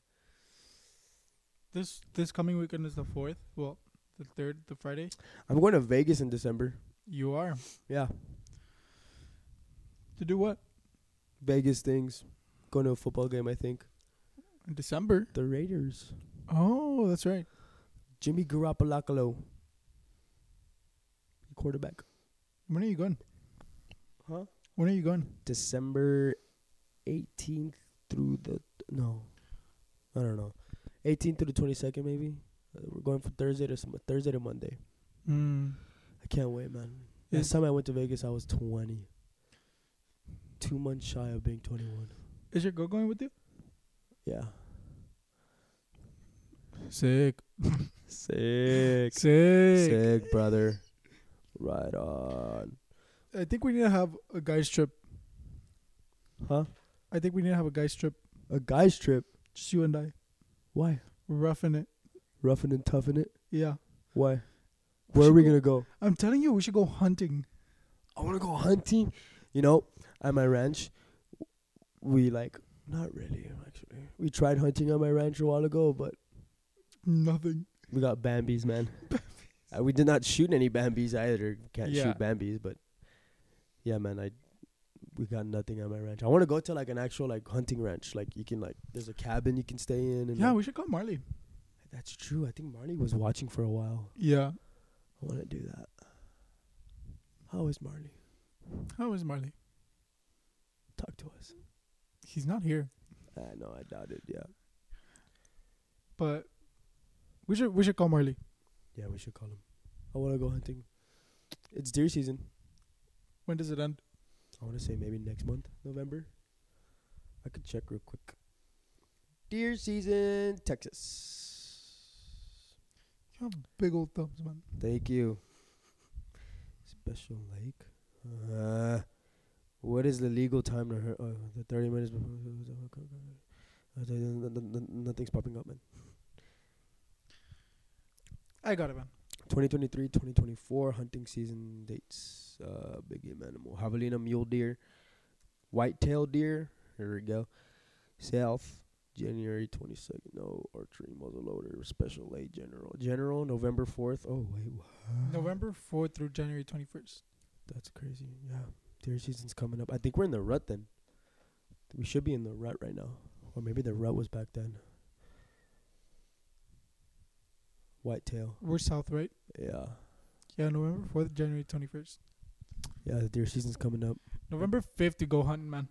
this this coming weekend is the fourth. Well, the third, the Friday. I'm going to Vegas in December. You are Yeah, to do what Vegas things. Going to a football game, I think. in December? The Raiders. Oh, that's right. Jimmy Garoppolo. Quarterback. When are you going? Huh? When are you going? December 18th through the no, I don't know, 18th through the 22nd maybe. Uh, we're going from Thursday to some, Thursday to Monday. Mm. I can't wait, man. Yeah. Last time I went to Vegas, I was 20. Two months shy of being 21. Is your girl going with you? Yeah. Sick. Sick. Sick. Sick, brother. Right on. I think we need to have a guys trip. Huh? I think we need to have a guys trip. A guy's trip. Just you and I. Why? We're roughing it. Roughing and toughing it. Yeah. Why? Where are we gonna go? I'm telling you, we should go hunting. I want to go hunting. You know, at my ranch, we like not really actually. We tried hunting on my ranch a while ago, but Nothing. we got bambies, man. Uh, we did not shoot any bambies either. Can't Yeah. shoot bambies, but yeah, man, I we got nothing on my ranch. I want to go to like an actual like hunting ranch. Like you can like there's a cabin you can stay in. And Yeah, like- we should call Marley. that's true. I think Marley was watching for a while. Yeah. I want to do that. How is Marley? How is Marley? Talk to us. He's not here. I know. I doubt it. Yeah. But we should we should call Marley. Yeah, we should call him. I want to go hunting. It's deer season. When does it end? I want to say maybe next month, November. I could check real quick. Deer season, Texas. You have big old thumbs, man. Thank you. Special Lake. Uh, what is the legal time to her? Uh, the 30 minutes before. Uh, n- n- n- Nothing's popping up, man. I got it, man. 2023 2024 hunting season dates uh big game animal javelina mule deer white-tailed deer here we go south january 22nd no archery muzzle loader special late general general november 4th oh wait what? November fourth through January twenty first. that's crazy yeah deer season's coming up i think we're in the rut then we should be in the rut right now or maybe the rut was back then whitetail We're south, right? yeah Yeah, November fourth, January twenty first. yeah the deer season's coming up November fifth to go hunting, man.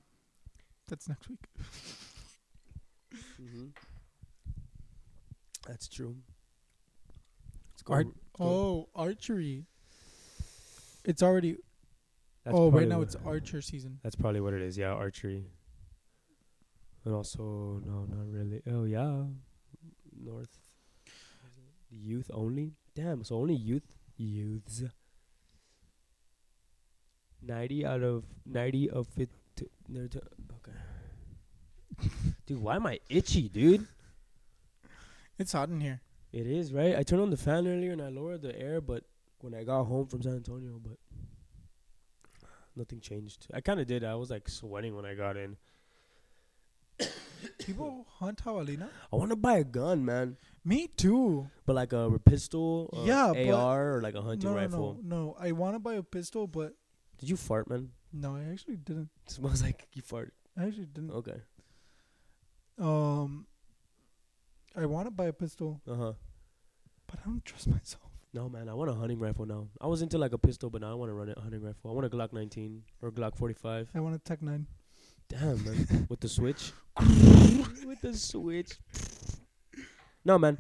That's next week. Mm-hmm. That's true. It's Art- going- Oh, archery. It's already That's oh probably right now what- it's archer season. That's probably what it is. Yeah, archery. And also, no, not really. Oh yeah, North youth only. Damn, so only youth youths. Ninety out of ninety of fit. t- no, t- okay. dude, why am I itchy, dude? It's hot in here. It is right. I turned on the fan earlier and I lowered the air, but when I got home from San Antonio, but nothing changed. I kind of did. I was like sweating when I got in. People hunt javelina. I want to buy a gun, man, Me too. but like a r- pistol, or Yeah, but- AR, or like a hunting no, rifle. no, no, no. I want to buy a pistol, but Did you fart, man? no, I actually didn't. It smells like you farted. I actually didn't. Okay. Um, I want to buy a pistol, Uh huh. but I don't trust myself. No, man, I want a hunting rifle now. I was into like a pistol, but now I want to run a hunting rifle. I want a Glock 19 or Glock 45. I want a Tech Nine. Damn, man. With the switch. With the switch. No, man.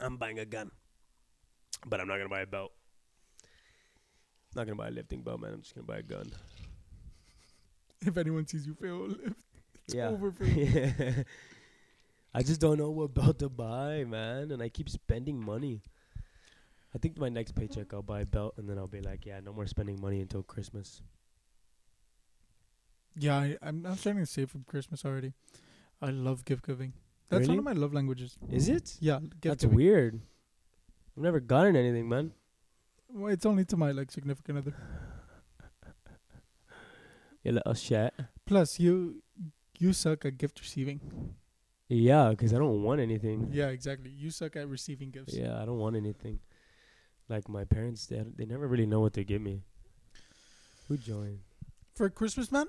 I'm buying a gun. But I'm not going to buy a belt. Not going to buy a lifting belt, man. I'm just going to buy a gun. If anyone sees you fail, lift. It's yeah. over for you. Yeah. I just don't know what belt to buy, man, and I keep spending money. I think my next paycheck I'll buy a belt, and then I'll be like, yeah, no more spending money until Christmas. Yeah, I, I'm I'm starting to save for Christmas already. I love gift giving. That's one of my love languages. Is it? Yeah, gift That's giving. weird. I've never gotten anything, man. Well, it's only to my like significant other. Yeah, let us chat. Plus, you you suck at gift receiving. Yeah, 'cause I don't want anything. Yeah, exactly. You suck at receiving gifts. Yeah, I don't want anything. Like my parents, they they never really know what to give me. Who joined? For Christmas, man.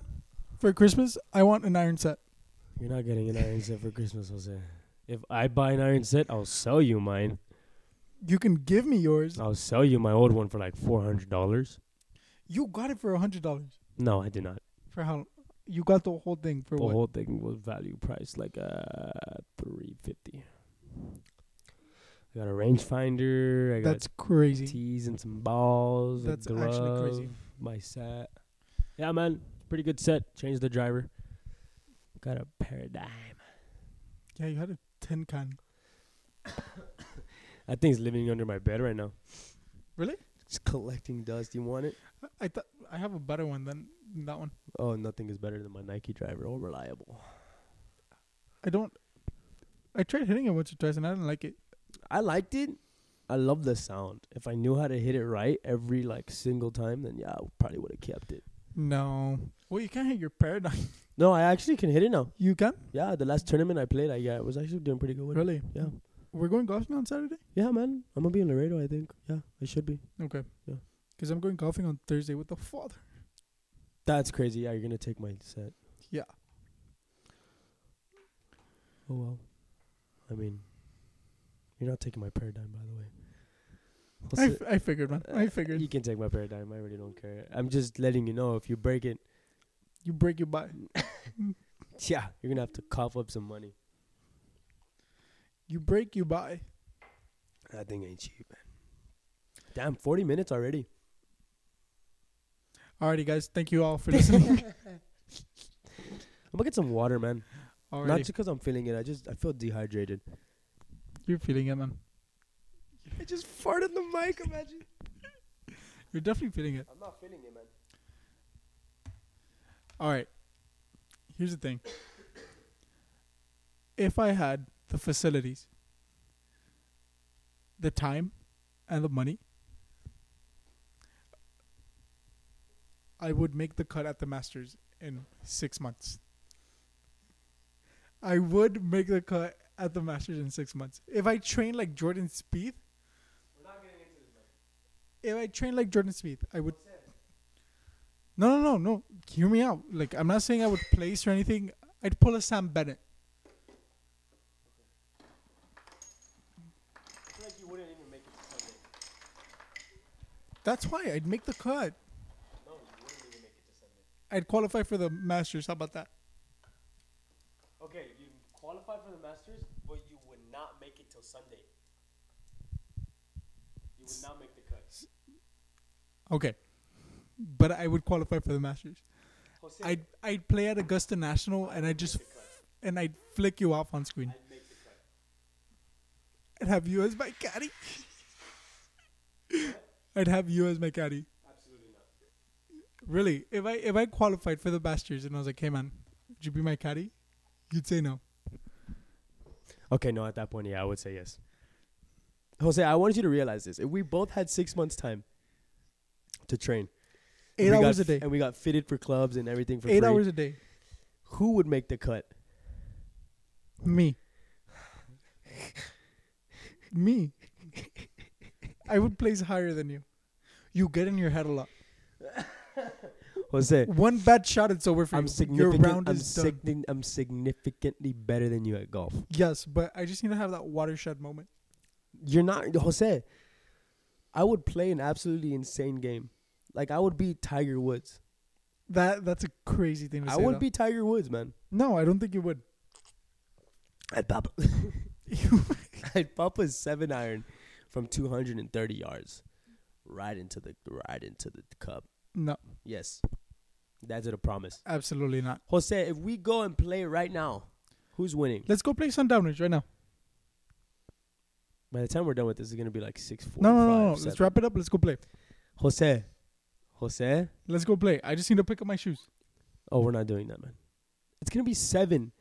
For Christmas, I want an iron set. You're not getting an iron set for Christmas, Jose. If I buy an iron set, I'll sell you mine. You can give me yours. I'll sell you my old one for like four hundred dollars. You got it for a hundred dollars. No, I did not. For how? You got the whole thing for the what? whole thing was value priced like uh three fifty. I got a rangefinder. I got That's crazy. tees and some balls. That's a glove, actually crazy. My set. Yeah, man, pretty good set. Changed the driver. Got a paradigm. Yeah, you had a tin can. That thing's living under my bed right now. Really? It's collecting dust. You want it? I- I thought I have a better one than that one. Oh, nothing is better than my Nike driver. All reliable. I don't. I tried hitting it once or twice and I didn't like it. I liked it. I love the sound. If I knew how to hit it right every like single time, then yeah, I probably would have kept it. No. Well, you can't hit your paradigm. No, I actually can hit it now. You can Yeah, the last tournament I played, I yeah, I was actually doing pretty good with it. really. Yeah. We're going golfing on Saturday. Yeah, man. I'm gonna be in Laredo, I think. Yeah, I should be. Okay. Yeah. Because I'm going golfing on Thursday with the father. That's crazy. Yeah, you're gonna take my set. Yeah. Oh well. I mean, you're not taking my paradigm, by the I, way. What's f- I figured, man. the- I uh, figured. You can take my paradigm. I really don't care. I'm just letting you know if you break it, You break your body. yeah, you're gonna have to cough up some money. You break your body. That thing ain't cheap, man. Damn, 40 minutes already. Alrighty, guys. Thank you all for listening. I'm gonna get some water, man. Not Alrighty. just because I'm feeling it. I just I feel dehydrated. You're feeling it, man. I just farted in the mic. Imagine. You're definitely feeling it. I'm not feeling it, man. All right. Here's the thing. If I had the facilities, the time, and the money, I would make the cut at the Masters in six months. I would make the cut at the Masters in six months. If I train like Jordan Spieth, if I train like Jordan Spieth, I would no, no, no, no. Hear me out. Like, I'm not saying I would place or anything. I'd pull a Sam Bennett. I feel like you wouldn't even make it to Sunday. That's why I'd make the cut. No, you wouldn't even make it to Sunday. I'd qualify for the Masters. How about that? Okay, you qualified for the Masters, but you would not make it till Sunday. You would not make the cut. Okay. But I would qualify for the Masters. Jose, I'd I'd play at Augusta National and I just and I'd flick you off on screen I'd make the cut. and have you as my caddy. I'd have you as my caddy. Absolutely not. Really, if I if I qualified for the Masters and I was like, hey man, would you be my caddy? You'd say no. Okay, no, at that point, yeah, I would say yes. Jose, I wanted you to realize this. If we both had six months time to train, and Eight we got hours a f- day. and we got fitted for clubs and everything for Eight free, hours a day. who would make the cut? Me. Me. I would place higher than you. You get in your head a lot. Jose, One bad shot, it's over for I'm you. significant. Your round I'm, is done. signi- I'm significantly better than you at golf. Yes, but I just need to have that watershed moment. You're not Jose. I would play an absolutely insane game. Like I would be Tiger Woods. That that's a crazy thing to I say. would though. be Tiger Woods, man. No, I don't think you would. I'd pop. I'd pop a seven iron from 230 yards, right into the right into the cup. No, Yes, that's it. A promise. absolutely not. Jose, if we go and play right now, who's winning? Let's go play Sundowners right now. By the time we're done with this, it's gonna be like six four. No, no, no, no. Let's wrap it up. Let's go play. Jose, Jose. Let's go play. I just need to pick up my shoes. Oh, we're not doing that, man. It's gonna be seven.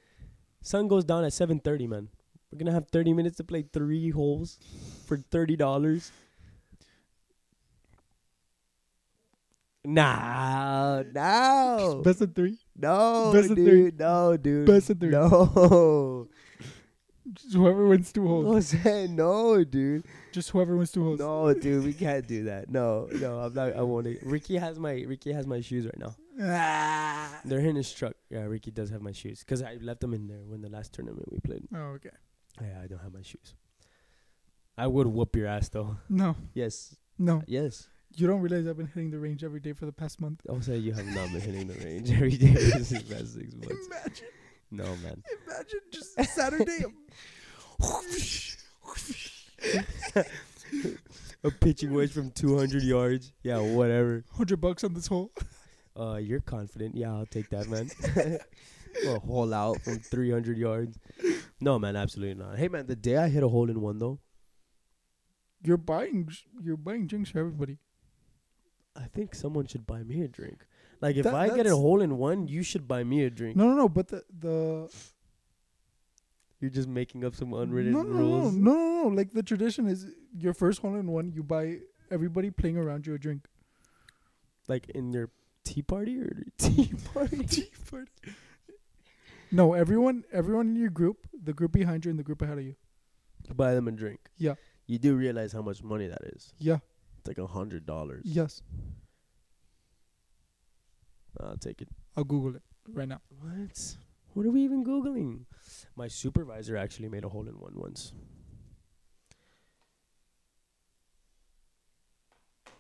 Sun goes down at seven thirty, man. We're gonna have thirty minutes to play three holes for thirty dollars. Nah, no, Best of three. no, best of dude, three. no, dude, Best of three. no, Just whoever wins two holes. Jose, no, dude, Just whoever wins two holes. no, dude, we can't do that. No, no, I'm not. I won't. Ricky has my Ricky has my shoes right now. Ah. They're in his truck. Yeah, Ricky does have my shoes because I left them in there when the last tournament we played. Oh, okay. Yeah, I don't have my shoes. I would whoop your ass though. No, Yes, no. yes. You don't realize I've been hitting the range every day for the past month. Also, you have not been hitting the range every day for the past six months. Imagine, No, man. imagine just Saturday. A pitching wedge from 200 yards. Yeah, whatever. Hundred bucks on this hole. Uh, you're confident. Yeah, I'll take that, man. a hole out from 300 yards. No, man, absolutely not. Hey, man, the day I hit a hole in one though, You're buying, you're buying drinks for everybody. I think someone should buy me a drink. Like if That- I get a that's- hole in one, you should buy me a drink. No, no, no. But the the You're just making up some unwritten no, no, rules. No, no, no, no. Like the tradition is your first hole in one, you buy everybody playing around you a drink. like in your tea party or tea party. No, everyone, everyone in your group, the group behind you and the group ahead of you. You buy them a drink. Yeah. You do realize how much money that is. Yeah. It's like a hundred dollars. Yes. I'll take it. I'll Google it right now. What? What are we even googling? My supervisor actually made a hole in one once.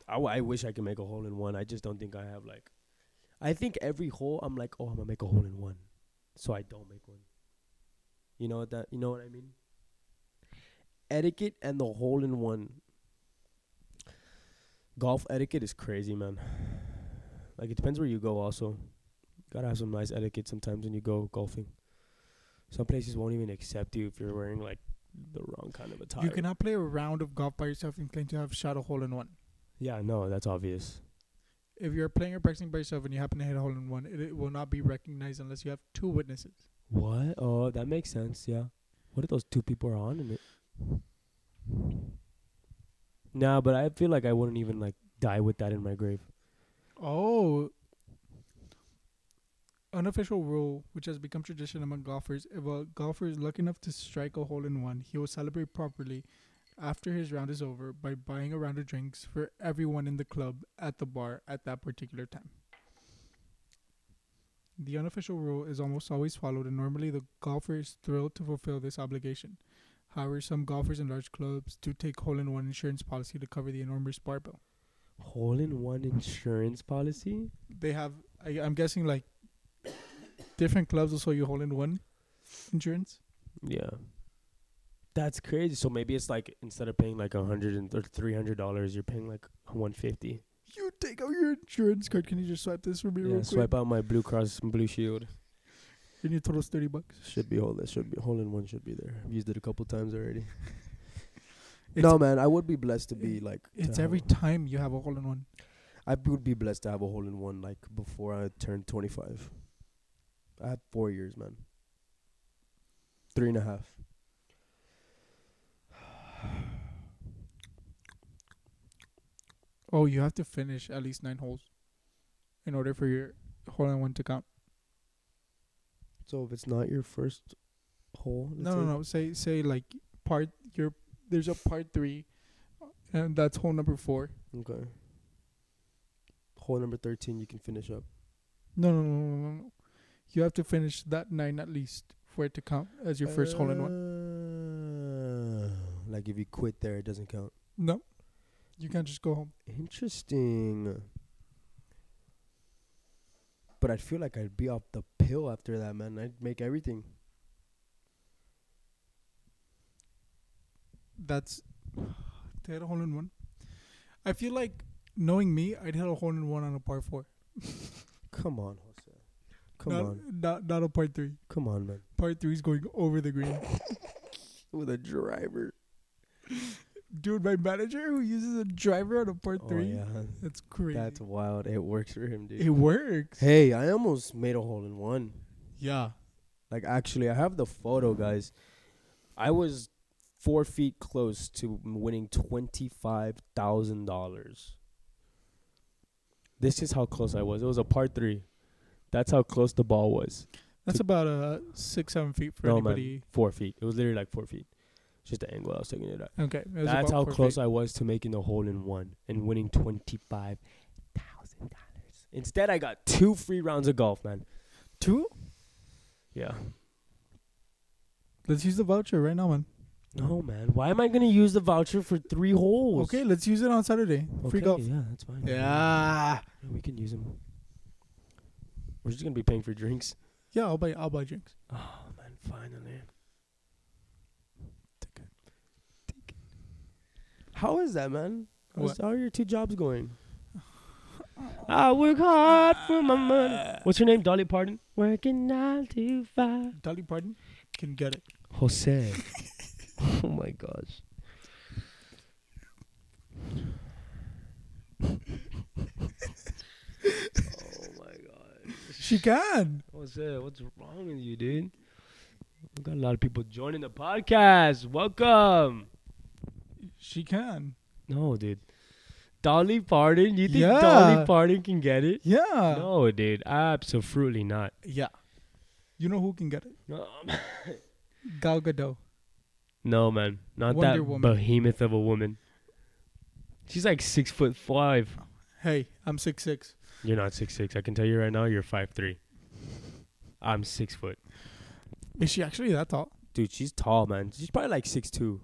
I, w- I wish I could make a hole in one. I just don't think I have like. I think every hole I'm like, oh, I'm gonna make a hole in one, so I don't make one. You know what that? You know what I mean? Etiquette and the hole in one. Golf etiquette is crazy, man. Like it depends where you go. Also, gotta have some nice etiquette sometimes when you go golfing. Some places won't even accept you if you're wearing like the wrong kind of attire. You cannot play a round of golf by yourself and claim to have shot a hole in one. Yeah, no, that's obvious. If you're playing or practicing by yourself and you happen to hit a hole in one, it, it will not be recognized unless you have two witnesses. What? Oh, that makes sense. Yeah. What if those two people are on in it? Nah, but I feel like I wouldn't even like die with that in my grave. Oh. Unofficial rule, which has become tradition among golfers, if a golfer is lucky enough to strike a hole in one, he will celebrate properly after his round is over by buying a round of drinks for everyone in the club at the bar at that particular time. The unofficial rule is almost always followed, and normally the golfer is thrilled to fulfill this obligation. However, some golfers in large clubs do take hole in one insurance policy to cover the enormous bar bill Hole in one insurance policy? they have I, I'm guessing like different clubs will sell you hole in one insurance. Yeah. That's crazy. So maybe it's like instead of paying like a hundred and or three hundred dollars, you're paying like one fifty. You take out your insurance card. Can you just swipe this for me real Yeah, quick? swipe out my blue cross and blue shield. Then you total thirty bucks. Should be hole. That should be hole in one. Should be there. I've used it a couple times already. It's- no, man, I would be blessed to be it- like. to It's have every a- time you have a hole in one. I would be blessed to have a hole in one like before I turned 25. I had four years, man. Three and a half. Oh, you have to finish at least nine holes in order for your hole in one to count. So if it's not your first hole, no, no, no. Say, say like part your there's a part three, and that's hole number four. no. Okay. Hole number thirteen, you can finish up. No, no, no, no, no, no. You have to finish that nine at least for it to count as your first hole in one. one. Uh, Like if you quit there, it doesn't count. No, you can't just go home. Interesting. But I'd feel like I'd be off the pill after that, man. I'd make everything. That's to hit a hole in one. I feel like knowing me, I'd hit a hole in one on a par four. Come on, Jose. Come not, on. not not a part three. Come on, man. Part three is going over the green. With a driver. Dude, my manager who uses a driver on a part Oh, three. yeah. That's crazy. That's wild. It works for him, dude. it works. Hey, I almost made a hole in one. Yeah. Like, actually, I have the photo, guys. I was four feet close to m- winning $25,000. This is how close I was. It was a part three. That's how close the ball was. That's about uh six, seven feet for no, man. anybody. Four feet. It was literally like four feet. It's just the angle I was taking it at. Okay. it was That's about how four close feet. I was to making the hole in one and winning $25,000. Instead, I got two free rounds of golf, man. Two? Yeah. Let's use the voucher right now, man. No, man. Why am I gonna use the voucher for three holes? Okay, let's use it on Saturday. Free Okay, golf. Yeah, that's fine. Yeah. Yeah, we can use them. We're just gonna be paying for drinks. Yeah, I'll buy I'll buy drinks. Oh man, finally. Take it. Take it. How is that, man? How's- What? How are your two jobs going? I work hard for my money. What's her name? Dolly Parton. Working nine to five. Dolly Parton can get it. Jose. oh my gosh. oh my god. She can. Jose, what's wrong with you, dude? We got a lot of people joining the podcast. Welcome. She can. No, dude. Dolly Parton? You think Dolly Yeah. Parton can get it? Yeah. no, dude. Absolutely not. Yeah. You know who can get it? No, Gal Gadot. No, man, not Wonder that Woman. behemoth of a woman. She's like six foot five. Hey, I'm six six. You're not six six. I can tell you right now, you're five three. I'm six foot. Is she actually that tall? Dude, she's tall, man. She's probably like six two.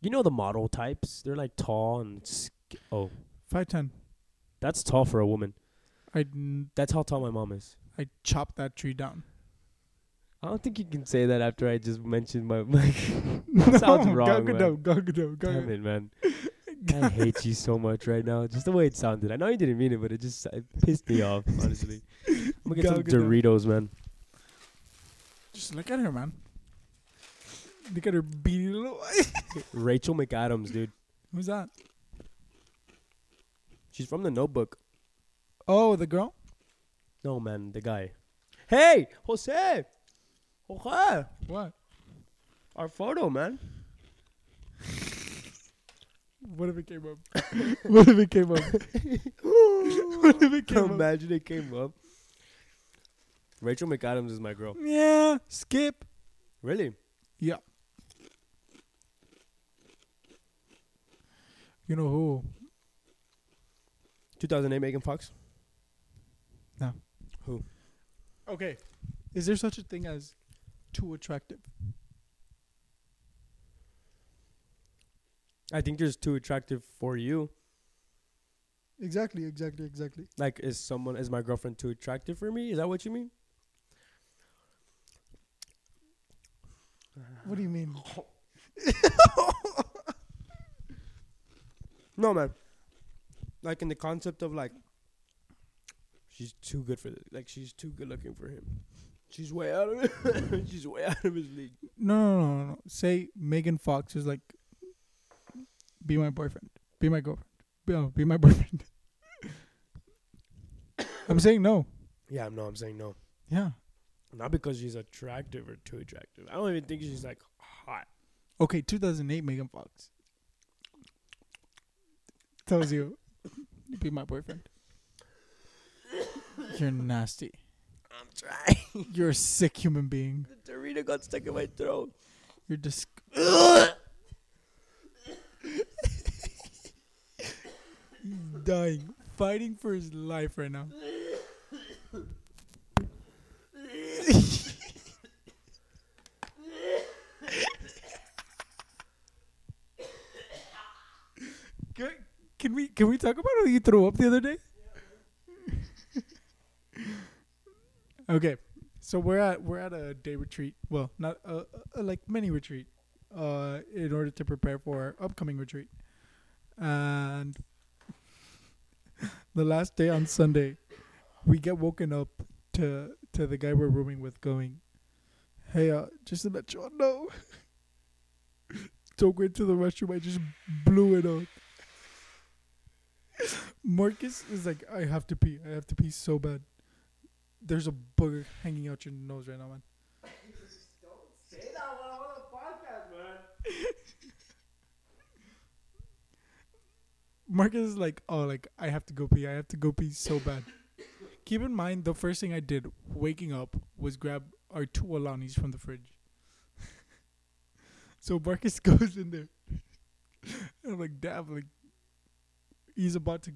You know the model types? They're like tall and sk- oh, Five ten. that's tall for a woman. I That's how tall my mom is. I chopped that tree down. I don't think you can say that after I just mentioned my. my No, Sounds wrong, Gal Gadot, Gal Gadot, Gal Damn Gadot. it, man. I hate you so much right now. Just the way it sounded. I know you didn't mean it, but it just it pissed me off, honestly. I'm gonna get Gal some Gadot. Doritos, man. Just look at her, man. Look at her beady little eyes. Rachel McAdams, dude. Who's that? She's from the notebook. Oh, the girl. No, man, the guy. Hey, Jose! Jose! What? Our photo, man. What if it came up? what if it came up? what if it came up? Imagine it came up. Rachel McAdams is my girl. Yeah. Skip. Really? Yeah. You know who? 2008 Megan Fox? Okay. Is there such a thing as too attractive? I think there's too attractive for you. Exactly. Exactly. Exactly. Like, is someone, is my girlfriend too attractive for me? Is that what you mean? What do you mean? No, man. Like in the concept of like, she's too good for this. Like she's too good looking for him. She's way out of. she's way out of his league. No, no, no, no, no. Say Megan Fox is like, be my boyfriend, be my girlfriend, be, oh, be my boyfriend. I'm saying no. Yeah, no, I'm saying no. Yeah. Not because she's attractive or too attractive. I don't even think she's like hot. Okay, 2008 Megan Fox. tells you, be my boyfriend. You're nasty. I'm trying. You're a sick human being. The Dorito got stuck in my throat. You're dis- He's dying, fighting for his life right now. can, can we can we talk about how you threw up the other day? okay, so we're at we're at a day retreat. Well, not a, a, a like mini retreat, uh, in order to prepare for our upcoming retreat, and the last day on Sunday, we get woken up to to the guy we're rooming with going, "Hey, uh, just to let you all know, don't go into the restroom. I just blew it out." Marcus is like, "I have to pee. I have to pee so bad. There's a booger hanging out your nose right now, man." Say that when I'm on the podcast, man. Marcus is like, "Oh, like I have to go pee. I have to go pee so bad." Keep in mind, the first thing I did waking up was grab our two Alanis from the fridge. so Marcus goes in there. I'm like, damn, like he's about to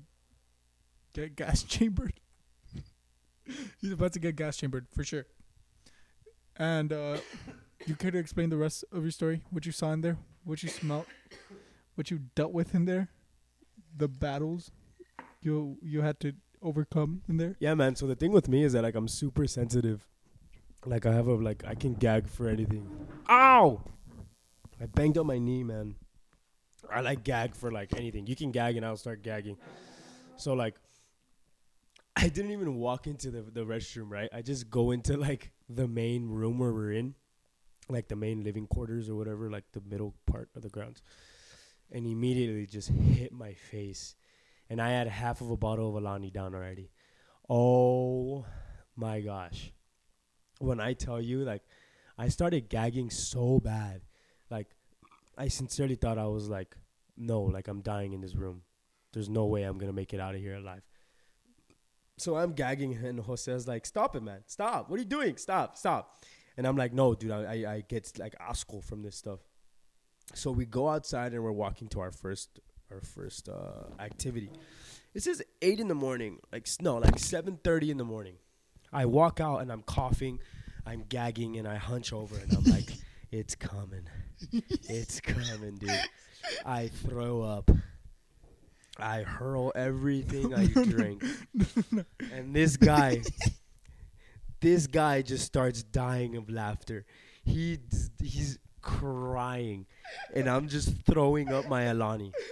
get gas chambered. he's about to get gas chambered for sure. And uh, you care to explain the rest of your story? What you saw in there? What you smelt? What you dealt with in there? The battles you you had to overcome in there? Yeah, man. So the thing with me is that like I'm super sensitive. Like I have a like I can gag for anything. Ow! I banged up my knee, man. I like gag for like anything. You can gag and I'll start gagging. So like I didn't even walk into the the restroom, right? I just go into like the main room where we're in, like the main living quarters or whatever, like the middle part of the grounds. And immediately just hit my face and I had half of a bottle of Alani down already. Oh my gosh. When I tell you, like, I started gagging so bad. Like, I sincerely thought I was like, no, like, I'm dying in this room. There's no way I'm going to make it out of here alive. So I'm gagging, and Jose's like, stop it, man. Stop. What are you doing? Stop, stop. And I'm like, no, dude, I, I, I get like asco from this stuff. So we go outside and we're walking to our first our first uh, activity. It says eight in the morning, like s- no, like seven thirty in the morning. I walk out and I'm coughing, I'm gagging, and I hunch over and I'm like, "It's coming, it's coming, dude." I throw up. I hurl everything I drink, and this guy, this guy just starts dying of laughter. He d- he's crying, and I'm just throwing up my Alani.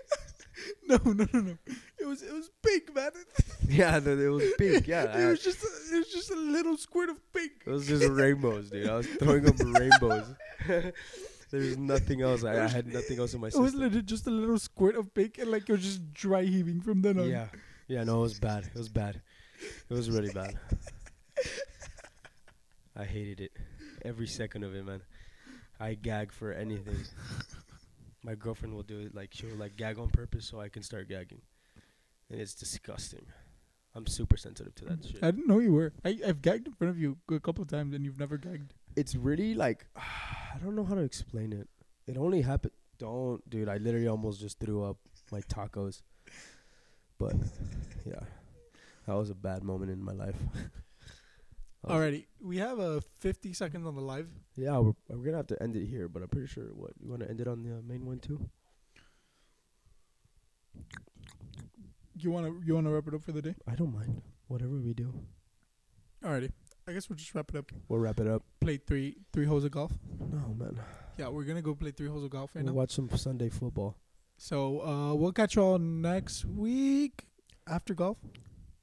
No, no, no, no. It was it was pink, man. Yeah, the, it was pink. Yeah, it I- was just a, it was just a little squirt of pink. it was just rainbows, dude. I was throwing up rainbows. There's nothing else. I, I had nothing else in my It was system. legit just a little squirt of pink, and like you're just dry heaving from then on. Yeah, yeah. No, it was bad. It was bad. It was really bad. I hated it. Every second of it, man. I gag for anything. My girlfriend will do it. Like she'll like gag on purpose so I can start gagging, and it's disgusting. I'm super sensitive to that shit. I didn't know you were. I, I've gagged in front of you a couple of times, and you've never gagged. it's really like I don't know how to explain it. It only happened. Don't, dude. I literally almost just threw up my tacos. But yeah, that was a bad moment in my life. That was- Alrighty, we have uh, 50 seconds on the live. Yeah, we're, we're gonna have to end it here, but I'm pretty sure. What you want to end it on the uh, main one too? You wanna you wanna wrap it up for the day? I don't mind. Whatever we do, Alrighty, I guess we'll just wrap it up. we'll wrap it up. Play three three holes of golf. No man, Yeah, we're gonna go play three holes of golf right we'll now. watch some Sunday football. So uh, we'll catch y'all next week after golf.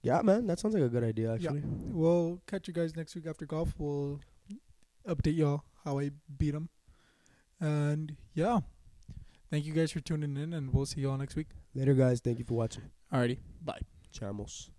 Yeah, man, that sounds like a good idea actually. We'll catch you guys next week after golf. We'll update y'all how I beat them. And yeah, thank you guys for tuning in, and we'll see y'all next week. Later, guys. Thank you for watching. Alrighty, bye. Chamos.